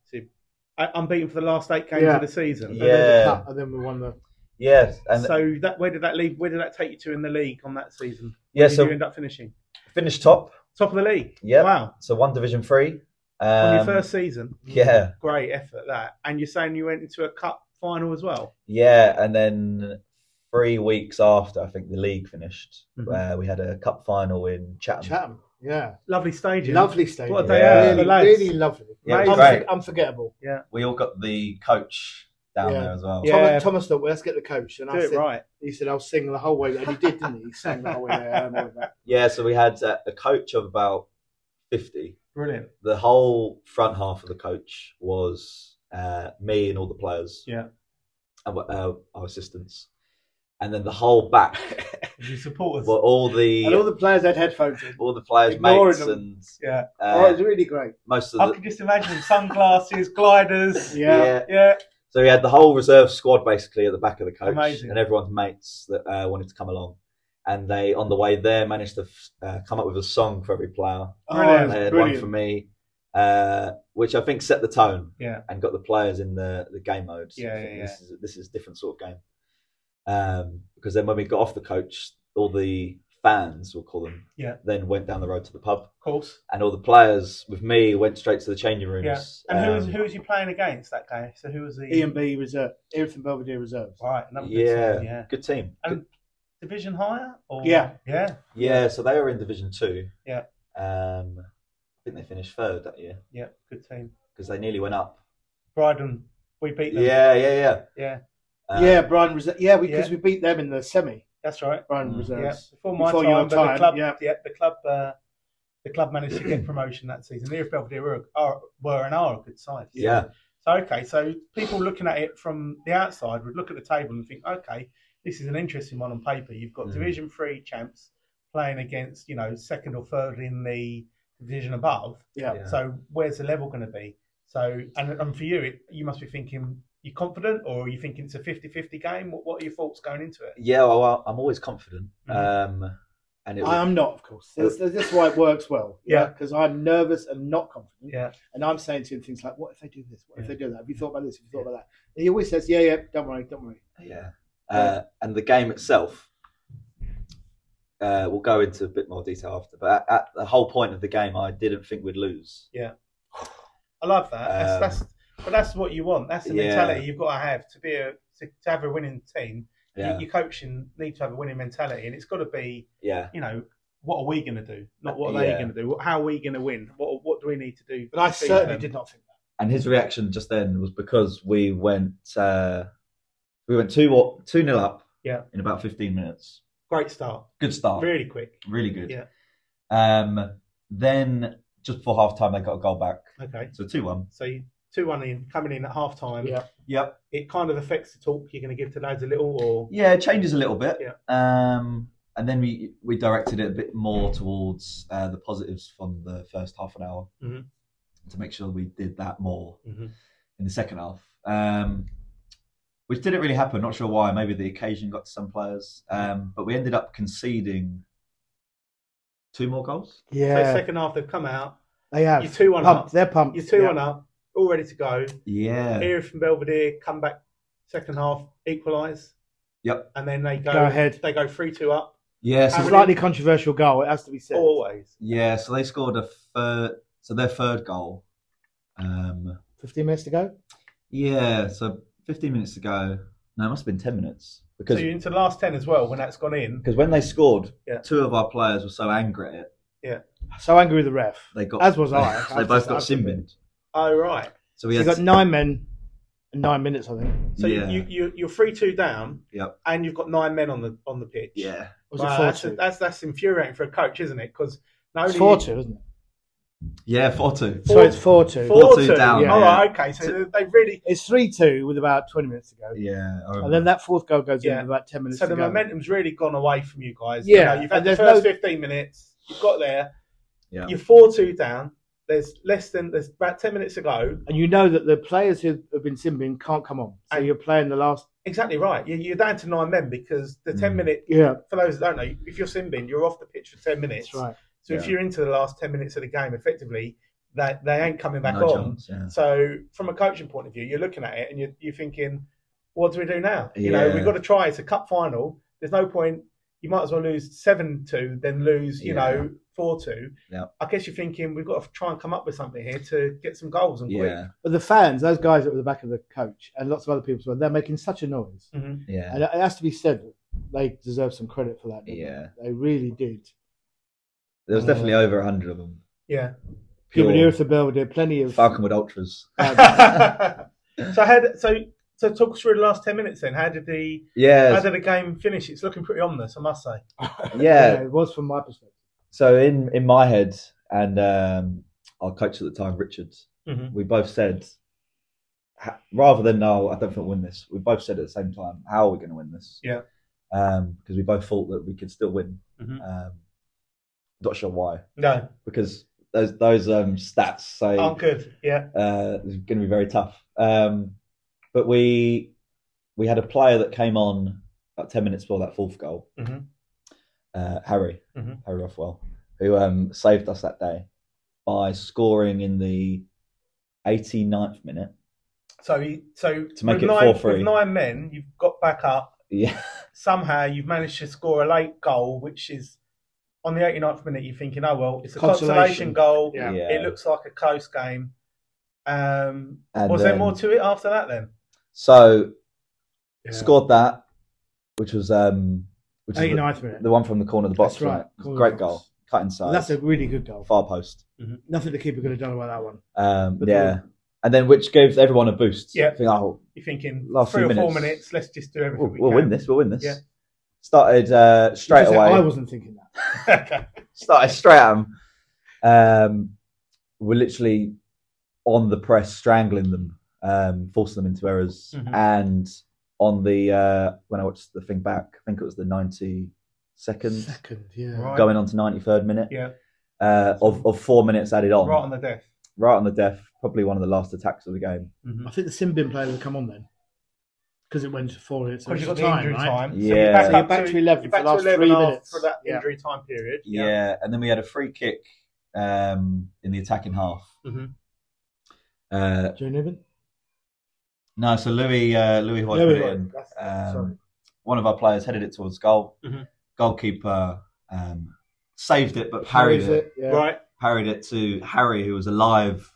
B: I, unbeaten for the last eight games
D: Yeah.
B: of the season.
D: And then the
C: Yeah.
D: cup, and then we won the.
C: yeah, and
B: so that where did that leave? Where did that take you to in the league on that season? Where
C: yeah,
B: did you
C: so
B: end up finishing
C: finished top.
B: top of the league.
C: Yeah.
B: Wow.
C: So one division three. Um,
B: On your first season,
C: Yeah,
B: great effort that. And you're saying you went into a cup final as well.
C: yeah, and then three weeks after, I think the league finished.
B: Mhm.
C: Uh, we had a cup final in Chatham.
D: Chatham. Yeah.
B: Lovely stadium.
D: Lovely stadium.
B: What a
C: day out for
D: Really,
B: the lads.
D: really lovely.
C: Yeah, it was
D: Unfor-
C: great.
D: Unforgettable.
C: We all got the coach down
D: Yeah.
C: there as well.
B: Yeah.
D: Thomas, Thomas thought, well, let's get the coach. And
B: Do
D: I
B: it
D: said,
B: right.
D: he said, I'll sing the whole way. And he did, didn't he? He sang the whole way there. I remember that.
C: Yeah, so we had uh, a coach of about 50.
B: Brilliant.
C: The whole front half of the coach was uh, me and all the players.
B: Yeah.
C: And, uh, our assistants. And then the whole back
B: You support us.
C: were all the
D: And all
C: all the,
D: the players had headphones in.
C: players'
B: Ignoring
C: mates
B: them.
C: and
B: Yeah.
D: oh, it
C: uh,
D: was really great.
C: most of
B: I
C: the.
B: can just imagine sunglasses, gliders.
D: Yeah.
C: yeah.
B: Yeah.
C: So we had the whole reserve squad basically at the back of the coach
B: Amazing.
C: and everyone's mates that uh, wanted to come along. And they, on the way there, managed to f- uh, come up with a song for every player.
D: Oh,
B: Brilliant.
C: They
D: it was
C: had one
D: brilliant.
C: for me, uh, which I think set the tone
B: Yeah.
C: and got the players in the, the game mode.
B: Yeah,
C: I think
B: yeah,
C: This is this is a different sort of game. Um, because then when we got off the coach, all the fans, we'll call them,
B: Yeah.
C: then went down the road to the pub,
B: Of course.
C: and all the players with me went straight to the changing rooms.
B: And who was
C: Um,
B: who was you playing against that guy? So who was the
D: EMB E reserve, Everton Belvedere reserves.
B: Right, another good
C: yeah,
B: team, yeah.
C: good team.
B: And- Division higher or
D: Yeah.
B: yeah,
C: yeah, so they were in Division Two.
B: Yeah.
C: Um, I think they finished third that year
B: yeah, good team.
C: because they nearly went up.
B: Brighton, we beat them.
C: Yeah, yeah, yeah.
B: yeah,
C: Uh,
D: yeah, Brian reserve. Yeah, because we beat them in the semi.
B: that's right.
D: Brian
C: Mm.
B: Yeah,
D: reserves.
B: before my
D: Before your
B: time, but
D: time,
B: the club,
D: yeah.
B: yeah, the club, uh, the club managed to get promotion that season. Near Belvedere were, are, were and are a good side.
C: yeah,
B: So okay, so people looking at it from the outside would look at the table and think, okay, this is an interesting one on paper. You've got
C: Mm.
B: Division Three champs playing against you know second or third in the division above.
D: Yeah.
C: Yeah.
B: So where's the level going to be? So and, and for you, it, you must be thinking you're confident, or are you thinking it's a 50-50 game? What, what are your thoughts going into it?
C: yeah. Well, I'm always confident.
B: Mm-hmm.
C: Um, and it was,
D: I'm not, of course. That's, that's that's why it works well.
B: Yeah.
D: Because I'm nervous and not confident.
B: Yeah,
D: And I'm saying to him things like, what if they do this? What if
B: Yeah.
D: they do that? Have you thought about this? Have you thought about that? And he always says, yeah, yeah, don't worry, don't worry.
C: Yeah. Uh, and the game itself, uh, we'll go into a bit more detail after, but at, at the whole point of the game, I didn't think we'd lose.
B: I love that. That's,
C: Um,
B: that's but that's what you want. That's the
C: Yeah.
B: mentality you've got to have to be a to, to have a winning team.
C: Yeah.
B: You, your coaching needs to have a winning mentality, and it's got to be
C: Yeah.
B: you know, what are we going to do? Not what are they
C: Yeah.
B: going to do? What- How are we going to win? What what do we need to do?
D: But I
B: to beat
D: certainly
B: them?
D: did not think that.
C: And his reaction just then was because we went uh, we went two wa- two nil up.
B: Yeah.
C: In about fifteen minutes.
B: Great start,
C: Good
D: Oh.
C: start.
B: really quick.
C: Really good.
B: Yeah.
C: Um. Then just before half time, they got a goal back,
B: Okay,
C: so two one.
B: so two one in coming in at half time.
D: Yeah.
C: Yep.
B: it kind of affects the talk you're going to give to lads a little, or
C: Yeah, it changes a little bit.
B: Yeah.
C: Um. And then we we directed it a bit more towards uh, the positives from the first half an hour
B: Mhm.
C: to make sure we did that more
B: Mhm.
C: in the second half. Um. Which didn't really happen. Not sure why. Maybe the occasion got to some players. Um. But we ended up conceding two more goals.
B: so second half they've come out.
D: they have.
B: You're two one
D: pumped.
B: up.
D: They're pumped.
B: You're two
D: Yeah.
B: one up, all ready to go.
C: Yeah.
B: Here from Belvedere, come back second half, equalise.
C: Yep.
B: and then they go,
D: Go ahead.
B: They go three two up
C: Yeah.
D: It's
C: So
D: a slightly controversial goal, it has to be said.
B: always.
C: Yeah, so they scored a third. So their third goal. Um,
D: 15 minutes to go?
C: yeah, so 15 minutes to go. No, it must have been 10 minutes
B: So
C: because
B: you're into the last ten as well when that's gone in.
C: because when they scored,
B: Yeah.
C: two of our players were so angry at it
D: So angry with the ref.
C: they got
D: As was I.
C: they both got
D: I've-
C: sinbined.
B: Oh right.
C: So we
D: You
C: had
D: got nine men and nine minutes, I think.
B: So
C: yeah,
B: you, you you're three two down,
C: Yep.
B: and you've got nine men on the on the pitch.
C: yeah,
D: Or Was
B: Wow,
D: it
B: that's,
D: 4 2?
B: that's that's infuriating for a coach, isn't it? Because not
D: It's
B: only
D: 4 2, isn't it?
C: yeah, four two.
D: So it's 4 2.
B: four,
C: 4-2
B: two
C: down,
B: All
C: yeah.
B: right, okay. So they really
D: It's 3 2 with about 20 minutes to go.
C: Yeah, I
D: And then that fourth goal goes in
B: Yeah.
D: with about 10 minutes
B: so
D: to
B: the
D: go.
B: momentum's really gone away from you guys.
D: Yeah,
B: you know, you've
D: and
B: had the
D: there's
B: first
D: no-
B: fifteen minutes. You've got there.
C: Yeah.
B: You're four two down. There's less than there's about ten minutes ago.
D: And you know that the players who have been simping can't come on. So
B: And-
D: you're playing the last.
B: Exactly right. You're, you're down to nine men because the
D: Hmm.
B: ten minute.
D: Yeah,
B: For those that don't know, if you're simbing, you're off the pitch for ten minutes.
D: that's right.
B: So if
C: Yeah.
B: you're into the last ten minutes of the game, effectively, that they ain't coming back
C: No
B: on.
C: chance, yeah.
B: So from a coaching point of view, you're looking at it and you're, you're thinking, what do we do now? You know,
C: Yeah.
B: we've got to try. It's a cup final. There's no point. You might as well lose seven two than lose, you
C: Yeah.
B: know, four two.
C: Yeah.
B: I guess you're thinking we've got to try and come up with something here to get some goals and quick.
C: Yeah,
D: But the fans, those guys that were at the back of the coach, and lots of other people, as well, they're making such a noise.
B: Mm-hmm.
C: yeah,
D: And it has to be said, they deserve some credit for that. didn't
C: yeah.
D: They? they really did.
C: There was definitely
D: Uh,
C: over hundred of them.
B: Yeah.
D: Human
C: Pure
D: Irritable did plenty of.
C: Falconwood ultras. Um,
B: so how did, so so talk us through the last ten minutes then. How did the how
C: Yeah,
B: did the game finish? It's looking pretty ominous, I must say.
C: yeah.
D: it was from my perspective.
C: So in in my head and um, our coach at the time, Richard,
B: Mhm.
C: we both said, ha- rather than no, I don't think we'll win this. We both said at the same time, how are we going to win this?
B: Yeah.
C: because we both thought that we could still win.
B: Mhm.
C: Um, not sure why,
B: No,
C: because those those um, stats say
B: I'm Oh, good. Yeah.
C: uh, it's going to be very tough. Um, but we we had a player that came on about ten minutes before that fourth goal,
B: Mhm.
C: uh, Harry
D: Mm-hmm.
B: Mhm.
C: Harry Rothwell, who um, saved us that day by scoring in the 89th minute.
B: So he, so
C: To make
B: with
C: it
B: nine,
C: 4-3.
B: with nine men, you've got back up.
C: Yeah,
B: somehow you've managed to score a late goal, which is on the 89th minute, you're thinking, oh, well, it's a consolation,
D: Consolation.
B: goal.
D: Yeah.
B: It looks like a close game. Um,
C: And
B: was there
C: then-
B: more to it after that then?
C: So
D: Yeah.
C: scored that, which was um, which is the-
D: 89th minute.
C: the, one from the corner of the box.
D: That's right,
C: It was a
D: corner of
C: Great
D: the box.
C: goal, cut inside,
D: And that's a really good goal.
C: far post.
D: Nothing the keeper could have done about that one.
C: Um,
D: But
C: yeah. And then, which gave everyone a boost.
B: Yeah.
C: Think, oh,
B: You're thinking,
C: Last
B: three
C: few
B: or four
C: minutes.
B: minutes, let's just do everything
C: we'll,
B: we
C: we'll
B: can.
C: win this. We'll win this.
B: Yeah.
C: Started uh, straight
D: Just that I
C: away.
D: wasn't thinking that.
C: Started straight at 'em. Um, we're literally on the press, strangling them, um, forcing them into errors.
B: Mhm.
C: And on the uh, when I watched the thing back, I think it was the ninety second,
D: Second, yeah.
B: Right.
C: going on to ninety third minute.
B: Yeah.
C: Uh, of, of four minutes added on,
B: right on the death.
C: right on the death, probably one of the last attacks of the game.
D: I think the Simbin player will come on then. Because it went to four. It's
B: Because you've
D: extra
B: got the
D: time,
B: injury
D: right?
B: time. So
C: Yeah.
B: you're back,
C: So
D: you're
B: up
D: back
B: to,
D: to 11
B: you're
D: for
B: back
D: the last
B: to 11
D: three
B: after
D: minutes.
B: that
D: Yeah.
B: injury time period.
C: Yeah. and then we had a free kick um, in the attacking half.
B: Mhm.
C: Uh,
D: Joe Niven?
C: no, so Louis uh, Louis Hoy put it in.
D: That's- sorry.
C: Um, one of our players headed it towards goal.
B: Mhm.
C: Goalkeeper um, saved it, but parried
D: Carries
C: it.
D: Yeah.
B: Right.
C: Parried it to Harry, who was alive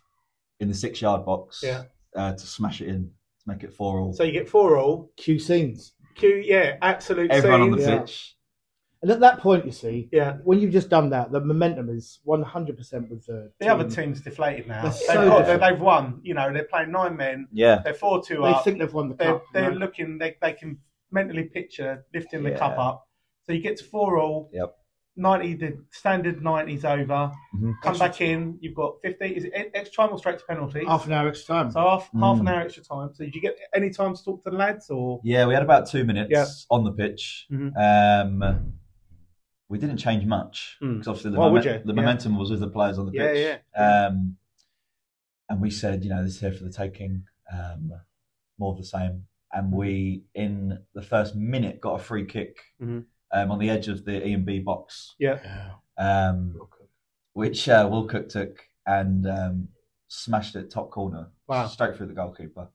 C: in the six-yard box,
B: Yeah.
C: uh, to smash it in to make it four all.
B: So you get four all.
D: Q scenes.
B: Q, yeah, absolute
C: Everyone on
B: scene.
C: the
D: yeah.
C: pitch.
D: And at that point, you see,
B: Yeah.
D: when you've just done that, the momentum is 100% with the.
B: The other team's deflated now.
D: They're
B: They've,
D: so
B: got-
D: different.
B: they've won. You know, they're playing nine men.
C: Yeah,
B: They're 4 2
D: They
B: up.
D: think they've won the
B: they're,
D: cup. you
B: they're
D: know?
B: looking uh, they, they can mentally picture lifting the
C: Yeah.
B: cup up so you get to four all
C: Yep.
B: 90 the standard 90s over
C: Mhm.
B: come back in you've got 50 is it e- extra time or straight to penalty
D: Half an hour extra time.
B: so half, half an
C: Mm.
B: hour extra time so did you get any time to talk to the lads or
C: yeah. We had about two minutes
B: Yeah.
C: on the pitch.
B: Mhm.
C: Um, we didn't change much
B: Mm.
C: because obviously the,
B: Why would
C: momen-
B: you? Yeah.
C: the momentum was with the players on the
B: Yeah,
C: pitch. Yeah. Um, and we said, you know, this is here for the taking, um, more of the same. And we, in the first minute, got a free kick
B: Mhm.
C: um, on the edge of the E and B box,
D: Yeah.
C: um, which uh, Will Cook took and um, smashed it top corner,
D: Wow.
C: straight through the goalkeeper.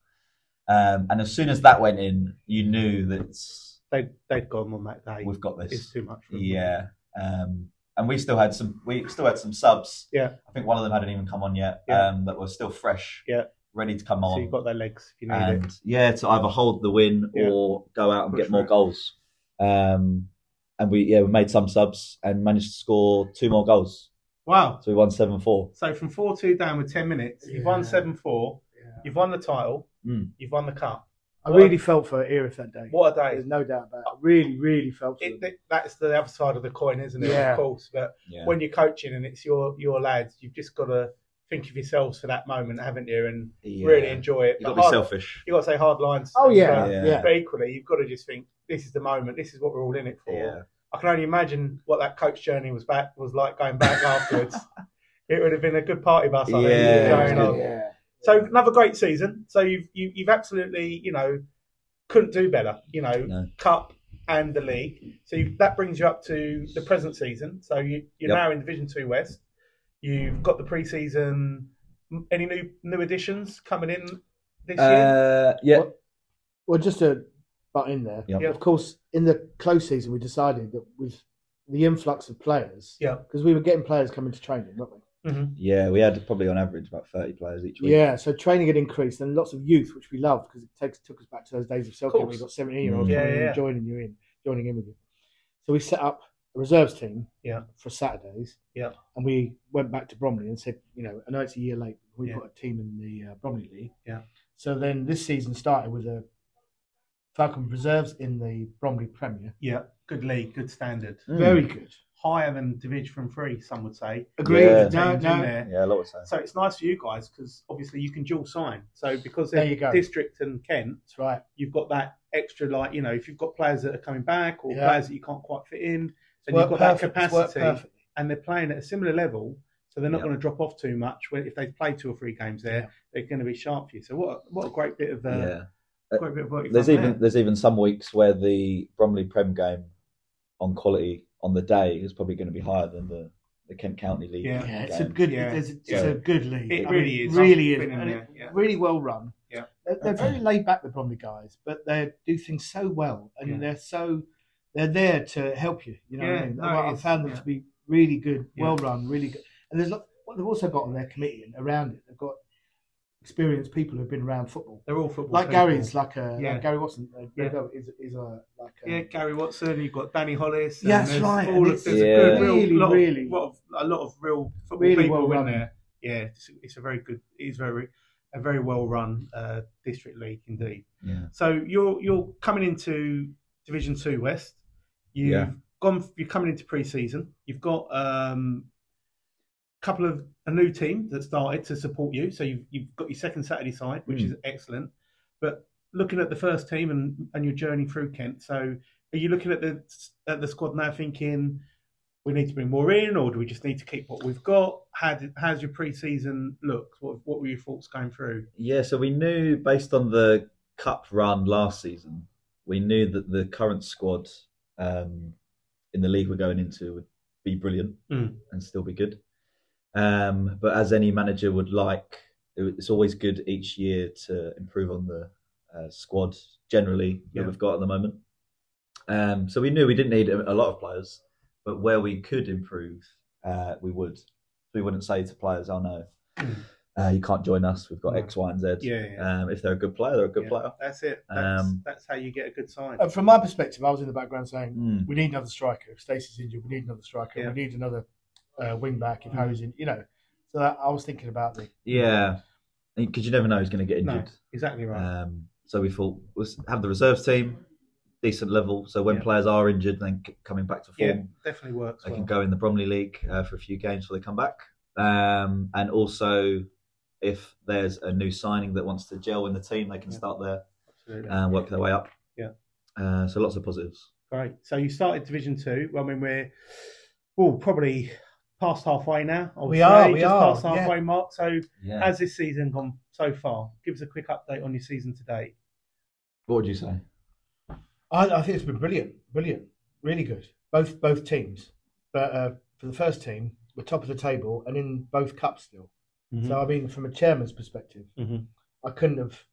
C: Um, and as soon as that went in, you knew that
B: they, they've gone on that day
C: we've got this.
B: it's too much for them.
C: Yeah. Um, and we still had some. We still had some subs.
B: Yeah.
C: I think one of them hadn't even come on yet.
B: Yeah.
C: Um, that were still fresh.
B: Yeah.
C: Ready to come
B: so
C: on.
B: you've got their legs if you need it
C: and yeah, to either hold the win
B: Yeah.
C: or go out and
B: Push
C: get more
B: for it.
C: goals. Um, and we yeah we made some subs and managed to score two more goals.
B: wow
C: So we won seven four.
B: so from 4-2 down with 10 minutes you've won
D: Yeah.
B: 7-4
D: Yeah.
B: you've won the title
C: Mm.
B: you've won the cup
D: I really felt for Erith that day.
B: what a day
D: There's no doubt about it. I really, really felt for
B: it,
D: them.
B: that- that's the other side of the coin, isn't it?
D: Yeah.
B: Of course, but
C: Yeah.
B: when you're coaching and it's your your lads, you've just got to think of yourselves for that moment, haven't you? And
C: Yeah.
B: really Oh, enjoy it.
C: You uh,
B: But
C: got to be
B: hard-
C: selfish.
B: You got to say hard lines. to
D: Oh,
B: them,
D: yeah.
B: but,
D: Yeah.
C: Yeah.
B: but equally, you've got to just think this is the moment. This is what we're all in it for.
C: Yeah.
B: I can only imagine what that coach journey was back was like going back afterwards. it would have been a good party bus. I think,
C: Yeah,
B: going
C: yeah.
B: on. So another great season. So you've you, you've absolutely you know couldn't do better. You know,
C: No.
B: cup and the league. So you, that brings you up to the present season. So you you're
C: Yep.
B: now in Division Two West. You've got the preseason. M- Any new new additions coming in this year?
C: Uh, yeah,
D: What- Well, just to butt in there,
C: Yep.
B: Yep.
D: of course, in the close season, we decided that with the influx of players,
B: Yeah.
D: because we were getting players coming to training, weren't we?
B: Mm-hmm.
C: yeah, we had probably on average about thirty players each week.
D: Yeah, so training had increased and lots of youth, which we loved because it takes, took us back to those days of self care where
B: course.
D: you got 17 year olds
C: Mm.
B: Yeah,
D: coming in
B: yeah, yeah.
D: and joining you in, joining in with you. So we set up a reserves team
B: Yeah.
D: for Saturdays.
B: Yeah.
D: And we went back to Bromley and said, you know, I know it's a year late, but we've
B: Yeah.
D: got a team in the uh, Bromley League.
B: Yeah.
D: So then this season started with a Falcon Reserves in the Bromley Premier.
B: yeah, good league, good standard,
C: Mm.
D: Very good.
B: higher than Division Three. Some would say.
D: Agreed.
C: Yeah.
D: No,
B: Teams in
D: no.
B: there.
C: yeah, a lot of times.
B: So it's nice for you guys because obviously you can dual sign. So because
D: There
B: they're
D: you go.
B: district and Kent,
D: That's right.
B: you've got that extra like you know if you've got players that are coming back or
D: Yeah.
B: players that you can't quite fit in, then
D: Worked
B: you've got
D: perfect.
B: that
D: It's worked
B: capacity
D: perfectly.
B: and they're playing at a similar level, so they're not
C: Yeah.
B: going to drop off too much. When if they've played two or three games there,
D: Yeah.
B: they're going to be sharp for you. So what a- what a great bit of uh,
C: yeah.
B: great bit of work. you've
C: There's
B: done
C: even
B: there.
C: there's even some weeks where the Bromley Prem game on quality on the day is probably going to be higher than the, the Kent County League.
B: Yeah.
D: Yeah, it's a
C: game.
D: good.
B: Yeah.
D: It's, it's
C: Yeah.
D: a good league.
B: It
D: I mean,
B: really is.
D: Really
B: I've
D: is.
B: been in
D: And
B: there,
D: it-
B: yeah.
D: Really well run.
B: Yeah.
D: they're, they're very laid back, the Bromley guys, but they do things so well, and
B: Yeah.
D: they're so they're there to help you. You know, what
B: Yeah,
D: I mean,
B: no,
D: I,
B: it
D: I
B: is,
D: found them
B: yeah.
D: to be really good,
B: Yeah.
D: well run, really good. And there's lo- what they've also got on their committee and around it. They've got experienced people who've been around football,
B: They're all football.
D: like
B: people.
D: Gary's, like a
B: Yeah.
D: like Gary Watson. uh,
B: Yeah.
D: is is a like uh, a,
B: Yeah, Gary Watson. You've got Danny Hollis. and
D: Yeah, that's
B: there's
D: right,
B: all-
D: and
B: there's
D: it's
B: a good,
C: Yeah.
B: real,
D: really,
B: lot
D: really-
B: of, lot of, a lot of real football
D: Really
B: people
D: well
B: in
D: run.
B: there. Yeah, it's, it's a very good. It's very a very well run uh, district league indeed.
C: Yeah.
B: So you're you're coming into Division Two West. You've
C: Yeah.
B: gone. You're coming into pre-season. You've got um, a couple of a new team that started to support you. So you've you've got your second Saturday side, which
C: Mm.
B: is excellent. But looking at the first team and and your journey through Kent, so are you looking at the at the squad now, thinking we need to bring more in, or do we just need to keep what we've got? How did, how's your pre-season look? What what were your thoughts going through?
C: Yeah, so we knew based on the cup run last season, we knew that the current squad um, in the league we're going into would be brilliant
B: Mm.
C: and still be good. Um, but as any manager would like, it- it's always good each year to improve on the uh, squad generally
B: Yeah.
C: that we've got at the moment. Um, so we knew we didn't need a, a lot of players, but where we could improve, uh, we would. We wouldn't say to players, "Oh no, uh, you can't join us. We've got
B: No.
C: X, Y, and Z."
B: Hmm. Yeah, yeah.
C: Um, if they're a good player, they're a good
B: Yeah,
C: player.
B: That's it. That's,
C: Um,
B: that's how you get a good sign.
D: And from my perspective, I was in the background saying,
C: Mm.
D: "We need another striker. If Stacey's injured, we need another striker.
B: Yeah.
D: We need another uh, wing back if Harry's in." You know, so that, I was thinking about the
C: Yeah, because you never know who's going to get
B: No.
C: injured.
B: Exactly
D: uh,
B: right.
C: Um, so we thought let's have the reserves team, decent level. So when
B: Yeah.
C: players are injured, then c- coming back to form,
B: yeah, definitely works.
C: they
B: well.
C: can go in the Bromley League uh, for a few games before they come back. Um, and also, if there's a new signing that wants to gel in the team, they can
B: Yeah.
C: start there uh,
B: Absolutely.
D: uh,
C: and work their way up.
B: Yeah.
C: Uh, so lots of positives.
B: Great. So you started Division Two. I mean, we're well probably past halfway now. I would
D: We
B: say,
D: are, we
B: just
D: are,
B: past halfway mark. So
C: Yeah.
B: how's this season gone so far? Give us a quick update on your season to date.
C: what would you say?
D: I, I think it's been brilliant, brilliant, really good. Both both teams, but uh, for the first team, we're top of the table and in both cups still.
B: Mm-hmm.
D: So I mean, from a chairman's perspective,
B: Mhm.
D: I couldn't have,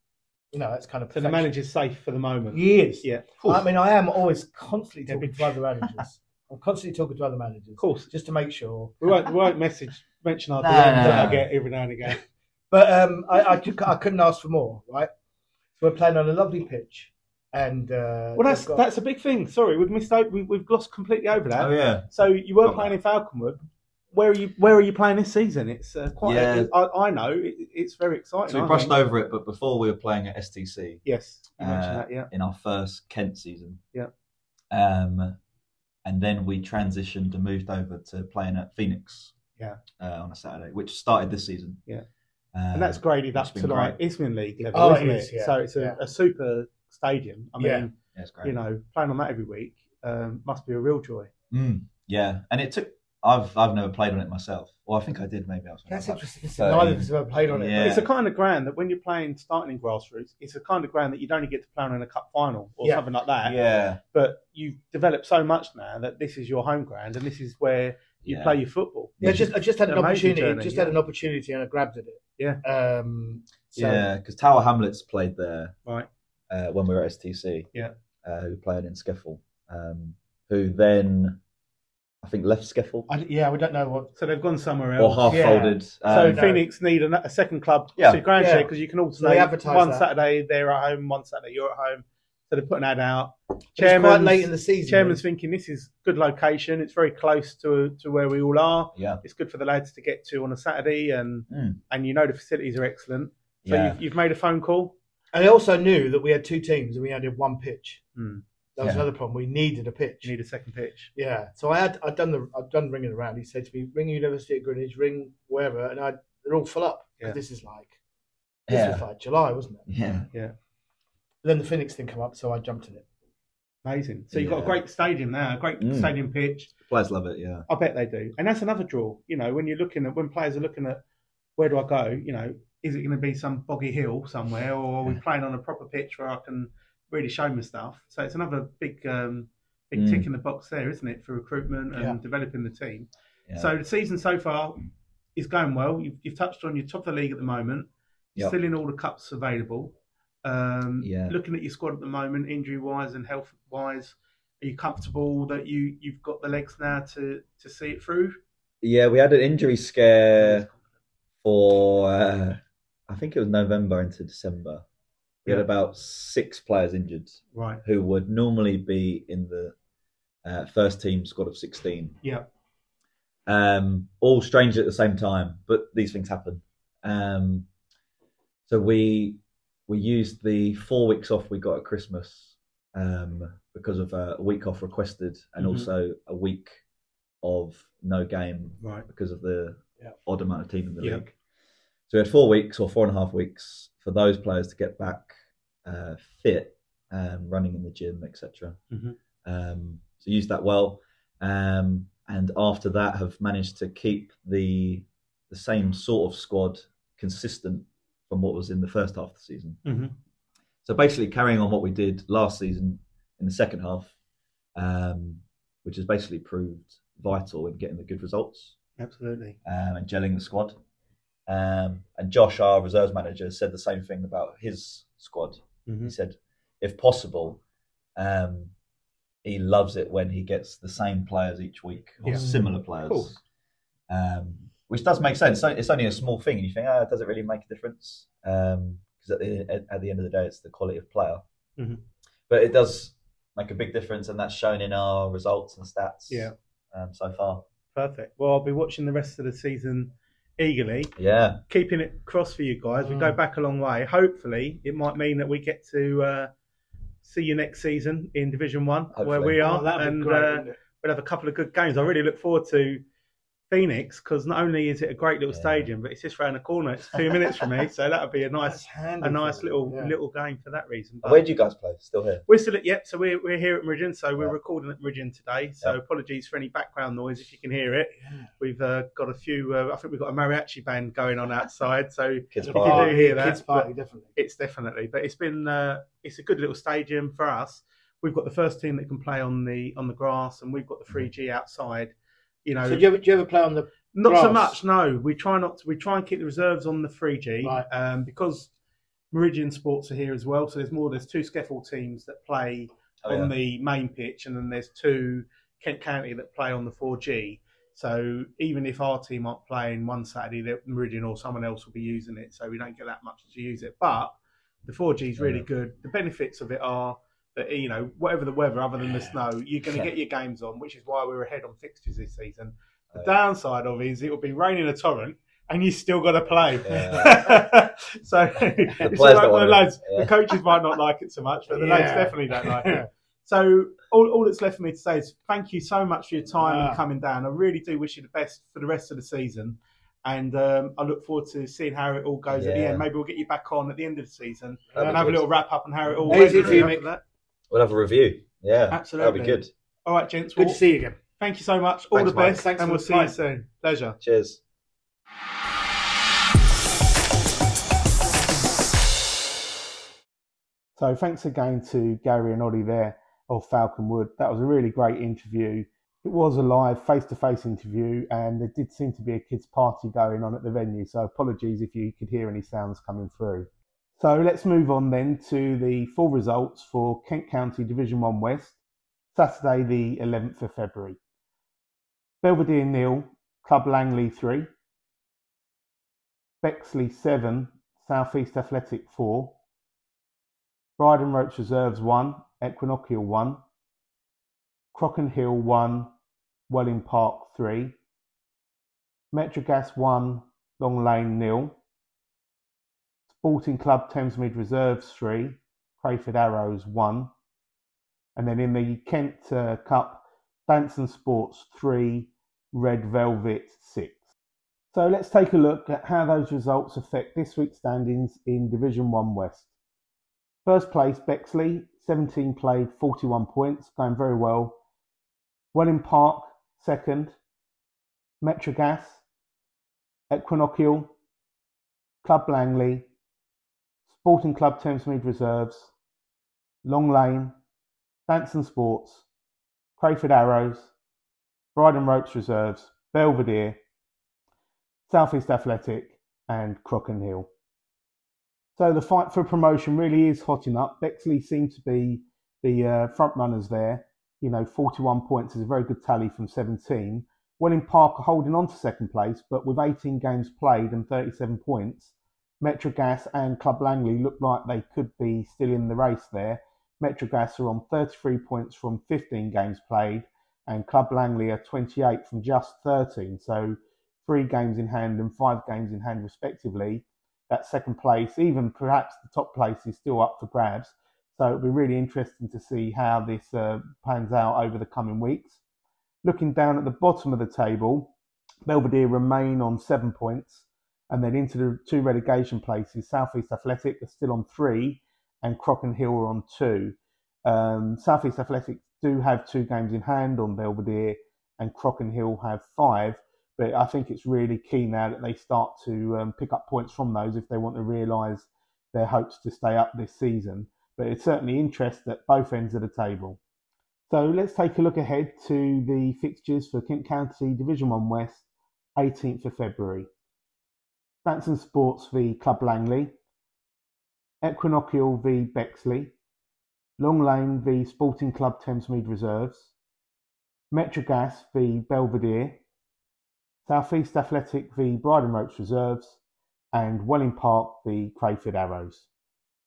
D: you know, that's kind of
B: So the manager's safe for the moment.
D: years.
B: Yeah.
D: I mean, I am always constantly
B: Yeah,
D: talking
B: big-
D: to other managers. I'm constantly talking to other managers,
B: Of course.
D: just to make sure.
B: We won't, we won't message mention our
D: No,
B: DMs
D: no,
B: that I
D: no.
B: get every now and again.
D: But um, I, I, ju- I couldn't ask for more, right? So we're playing on a lovely pitch, and uh,
B: Well, that's
D: they've got-
B: that's a big thing. Sorry, we've missed out. We, we've glossed completely over that.
C: Oh yeah.
B: So you were
C: Got
B: playing in Falconwood. Where are you? Where are you playing this season? It's uh, quite.
C: Yeah.
B: I, I know it, it's very exciting.
C: So we
B: aren't
C: brushed
B: they?
C: over it, but before we were playing at STC
B: Yes, you mentioned
C: Uh,
B: that. Yeah.
C: in our first Kent season.
B: Yeah.
C: Um, and then we transitioned and moved over to playing at Phoenix.
B: Yeah.
C: Uh, on a Saturday, which started this season.
B: Yeah.
C: Uh,
B: and that's graded
C: it's
B: up
C: been
B: to like
C: great.
B: Isthmian League level,
D: Oh, it
B: isn't it?
D: is, yeah,
B: So it's a,
D: yeah.
B: a super stadium. I mean,
D: Yeah.
C: yeah, it's great.
B: you know, playing on that every week um, must be a real joy.
C: Mm, yeah, and it took I've I've never played on it myself. Well, I think I did. Maybe I was. when I was
D: That's
C: like
D: interesting.
C: So-
D: Neither of us have ever played on it.
C: Yeah.
D: Yeah.
B: It's the kind of ground that when you're playing starting in grassroots, it's the kind of ground that you'd only get to play on in a cup final or
D: Yeah.
B: something like that.
C: Yeah,
B: But you've developed so much now that this is your home ground and this is where you
C: Yeah.
B: play your football.
D: I just I just had an
B: Amazing
D: opportunity.
B: journey,
D: just
B: yeah.
D: had an opportunity and I grabbed at it.
B: Yeah.
D: Um. So,
C: yeah, because Tower Hamlets played there
B: Right.
C: uh, when we were at STC.
B: Yeah.
C: uh, who played in Skeffel, um, who then I think left Skeffel
D: I, yeah. We don't know what.
B: So they've gone somewhere
C: or
B: else.
C: half
D: yeah.
C: folded.
B: so
C: Um,
D: no.
B: Phoenix need a, a second club
C: Yeah.
B: to ground
D: Yeah.
B: share because you can
D: So they
B: alternate
D: advertise
B: one
D: that.
B: Saturday they're at home, one Saturday you're at home. So they put an ad out.
D: It's quite
B: Chairman's-
D: late in the season.
B: chairman's thinking this is good location. It's very close to to where we all are.
C: yeah,
B: It's good for the lads to get to on a Saturday, and
C: Mm.
B: and you know the facilities are excellent. So
C: yeah.
B: you've, you've made a phone call.
D: And I also knew that we had two teams and we only had one pitch.
B: Hmm.
D: That was
C: Yeah.
D: another problem. We needed a pitch.
B: You need a second pitch.
D: Yeah. So I had I'd done the I'd done ringing around. He said to me, ring University of Greenwich, ring wherever, and I they're all full up. 'Cause
B: Yeah.
D: This is like this
C: yeah.
D: was like July, wasn't it?
C: Yeah.
D: Then the Phoenix thing come up, so I jumped in it.
B: Amazing. So you've got a
C: Yeah.
B: great stadium now, a great
C: Mm.
B: stadium pitch.
C: Players love it, yeah.
B: I bet they do. And that's another draw. You know, when you're looking at when players are looking at where do I go, you know, is it going to be some boggy hill somewhere, or are we playing on a proper pitch where I can really show my stuff? So it's another big, um, big
C: Mm.
B: tick in the box there, isn't it, for recruitment and
D: Yeah.
B: developing the team.
C: Yeah.
B: So the season so far is going well. You've, you've touched on your top of the league at the moment,
C: Yep.
B: still in all the cups available. Um,
C: Yeah.
B: Looking at your squad at the moment, injury wise and health wise, are you comfortable that you you've got the legs now to to see it through?
C: Yeah, we had an injury scare for uh, I think it was November into December. We
B: Yeah.
C: had about six players injured
B: Right.
C: who would normally be in the uh, first team squad of sixteen.
B: Yeah.
C: Um, all strangers at the same time, but these things happen. Um, so we we used the four weeks off we got at Christmas um, because of uh, a week off requested, and
B: Mhm.
C: also a week of no game
B: Right.
C: because of the
D: Yeah.
C: odd amount of team in the
B: Yeah.
C: league. So we had four weeks or four and a half weeks for those players to get back uh, fit, um, running in the gym, etc.
B: Mhm.
C: Um, so used that well, um, and after that have managed to keep the the same sort of squad consistent from what was in the first half of the season.
B: Mhm.
C: So basically carrying on what we did last season in the second half, um, which has basically proved vital in getting the good results
B: Absolutely.
C: um, and gelling the squad. Um, and Josh, our reserves manager, said the same thing about his squad.
B: Mm-hmm.
C: He said, if possible, um, he loves it when he gets the same players each week or
B: Yeah.
C: similar players,
B: Cool.
C: um, which does make sense. So It's only a small thing, and you think, ah, does it really make a difference? Because at, the, at, at the end of the day, it's the quality of player.
B: Mhm.
C: But it does make a big difference, and that's shown in our results and stats
B: Yeah.
C: um, so far.
B: Perfect. Well, I'll be watching the rest of the season eagerly,
C: Yeah,
B: keeping it crossed for you guys. We
D: Mm.
B: go back a long way. Hopefully, it might mean that we get to uh, see you next season in Division One, where
C: Hopefully.
B: we are,
D: Oh, that'd be
B: and
D: great,
B: uh,
D: wouldn't it?
B: we'll have a couple of good games. I really look forward to Phoenix because not only is it a great little
C: Yeah.
B: stadium, but it's just round the corner. It's two minutes from me, so that'll be a
D: That's
B: nice,
D: handy
B: a nice
D: for them,
B: little
D: yeah.
B: little game for that reason. But
C: where do you guys play? Still here.
B: we're still at yep, so we're we're here at Meridian, so we're
C: Yeah.
B: recording at Meridian today. So
C: Yeah.
B: apologies for any background noise if you can hear it. We've uh, got a few. Uh, I think we've got a mariachi band going on outside, so
C: Kids
B: you
D: Party,
C: Bar.
B: do hear that,
D: Kids party, definitely.
B: it's definitely. But it's been uh, it's a good little stadium for us. We've got the first team that can play on the on the grass, and we've got
D: Mm.
B: the 3G outside. You know,
D: So do you ever do you ever play on the
B: not so
D: Grass?
B: much. No, we try not. To, we try and keep the reserves on the three G
D: Right.
B: um, because Meridian Sports are here as well. So there's more. There's two Scaffell teams that play
C: Oh,
B: on
C: yeah.
B: the main pitch, and then there's two Kent County that play on the four G. So even if our team aren't playing one Saturday, that Meridian or someone else will be using it. So we don't get that much to use it. But the four G is really
C: Oh, Yeah.
B: good. The benefits of it are. That, you know, whatever the weather, other than the snow, you're going to
C: Yeah.
B: get your games on, which is why we're ahead on fixtures this season. The
C: Oh, Yeah.
B: downside of it is it will be raining a torrent and you still got to play. so it's like
C: players don't
B: the
C: wanna-
B: lads,
C: yeah.
B: the coaches might not like it so much, but the lads
D: Yeah.
B: definitely don't like it. So all, all that's left for me to say is thank you so much for your time
D: Ah.
B: and coming down. I really do wish you the best for the rest of the season. And um, I look forward to seeing how it all goes at the
C: Yeah.
B: end. Maybe we'll get you back on at the end of the season
C: That'd
B: and
C: be
B: have a
C: good.
B: little wrap up on how it all
D: Easy
B: went.
D: for you,
B: after
D: Mick.
B: that.
C: We'll have a review. Yeah,
B: Absolutely.
C: that'll be good.
B: All right, gents.
D: Good
B: well,
D: to see you again. Thank you so much. All
C: Thanks,
D: the
C: Mike.
D: best,
F: Thanks
D: and
F: for
D: we'll
F: the
D: see you
F: time.
D: soon. Pleasure.
C: Cheers.
B: So thanks again to Gary and Ollie there of Falcon Wood. That was a really great interview. It was a live face-to-face interview, and there did seem to be a kids' party going on at the venue. So apologies if you could hear any sounds coming through. So let's move on then to the full results for Kent County Division One West, Saturday the 11th of February. Belvedere nil, Club Langley three, Bexley seven, Southeast Athletic four, Bryden Roach Reserves 1, Equinoctial 1, Crockenhill 1, Welling Park 3, Metrogas 1, Long Lane 0, Sporting Club Thamesmead Reserves 3, Crayford Arrows 1, and then in the Kent uh, Cup, Danson Sports 3, Red Velvet 6. So let's take a look at how those results affect this week's standings in Division 1 West. First place, Bexley, 17 played, 41 points, going very well. Welling Park, second. Metrogas, Equinoctial, Club Langley, Sporting Club Thamesmead Reserves, Long Lane, Danson Sports, Crayford Arrows, Bryden Ropes Reserves, Belvedere, Southeast Athletic, and Crockenhill. So the fight for promotion really is hotting up. Bexley seem to be the uh, front runners there. You know, 41 points is a very good tally from 17. Welling Park are holding on to second place, but with 18 games played and 37 points, Metrogas and Club Langley look like they could be still in the race there. Metrogas are on 33 points from 15 games played, and Club Langley are 28 from just 13. So three games in hand and five games in hand, respectively that second place, even perhaps the top place, is still up for grabs. So it'll be really interesting to see how this uh, pans out over the coming weeks. Looking down at the bottom of the table, Belvedere remain on seven points, and then into the two relegation places, Southeast Athletic are still on three, and Crockenhill are on two. Um, Southeast Athletic do have two games in hand on Belvedere, and Crockenhill have five but I think it's really key now that they start to um, pick up points from those if they want to realise their hopes to stay up this season. But it's certainly interest at both ends of the table. So let's take a look ahead to the fixtures for Kent County Division 1 West, 18th of February. Danson Sports v Club Langley, Equinoctial v Bexley, Long Lane v Sporting Club Thamesmead Reserves, Metrogas v Belvedere, Southeast Athletic v Bryden Ropes Reserves, and Welling Park v Crayford Arrows.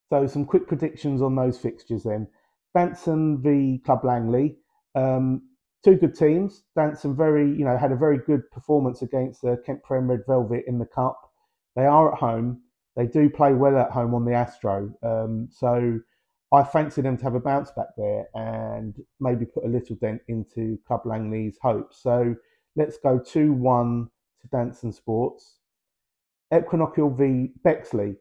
B: So, some quick predictions on those fixtures then. Danson v Club Langley, um, two good teams. Danson very, you know, had a very good performance against the Kent Prem Red Velvet in the Cup. They are at home. They do play well at home on the Astro. Um, so, I fancy them to have a bounce back there and maybe put a little dent into Club Langley's hopes. So, Let's go 2 1 to Danson Sports. Equinoctial v Bexley.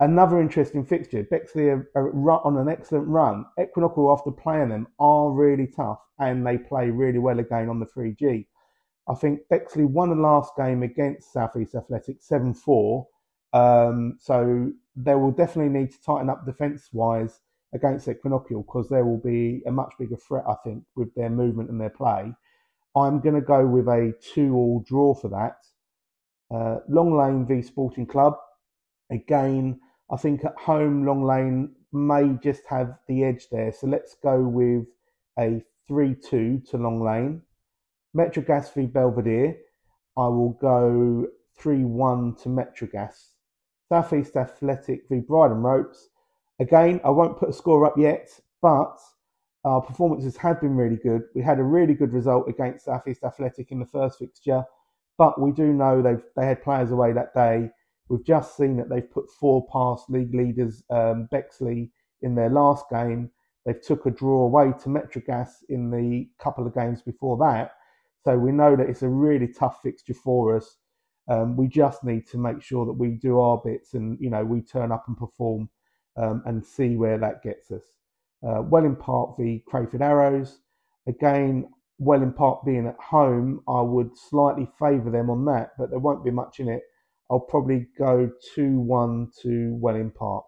B: Another interesting fixture. Bexley are, are ru- on an excellent run. Equinoctial, after playing them, are really tough and they play really well again on the 3G. I think Bexley won the last game against Southeast Athletic 7 4. Um, so they will definitely need to tighten up defence wise against Equinoctial because there will be a much bigger threat, I think, with their movement and their play. I'm going to go with a two-all draw for that. Uh, Long Lane v Sporting Club. Again, I think at home Long Lane may just have the edge there, so let's go with a three-two to Long Lane. Metrogas v Belvedere. I will go three-one to Metrogas. Southeast Athletic v Brighton Ropes. Again, I won't put a score up yet, but our performances have been really good. We had a really good result against Southeast Athletic in the first fixture, but we do know they they had players away that day. We've just seen that they've put four past league leaders um, Bexley in their last game. They've took a draw away to Metrogas in the couple of games before that, so we know that it's a really tough fixture for us. Um, we just need to make sure that we do our bits and you know we turn up and perform um, and see where that gets us uh, Welling Park v Crayford Arrows. Again, well in part being at home, I would slightly favour them on that, but there won't be much in it. I'll probably go 2 1 to Welling Park.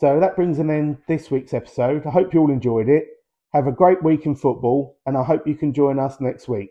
B: So that brings an end this week's episode. I hope you all enjoyed it. Have a great week in football, and I hope you can join us next week.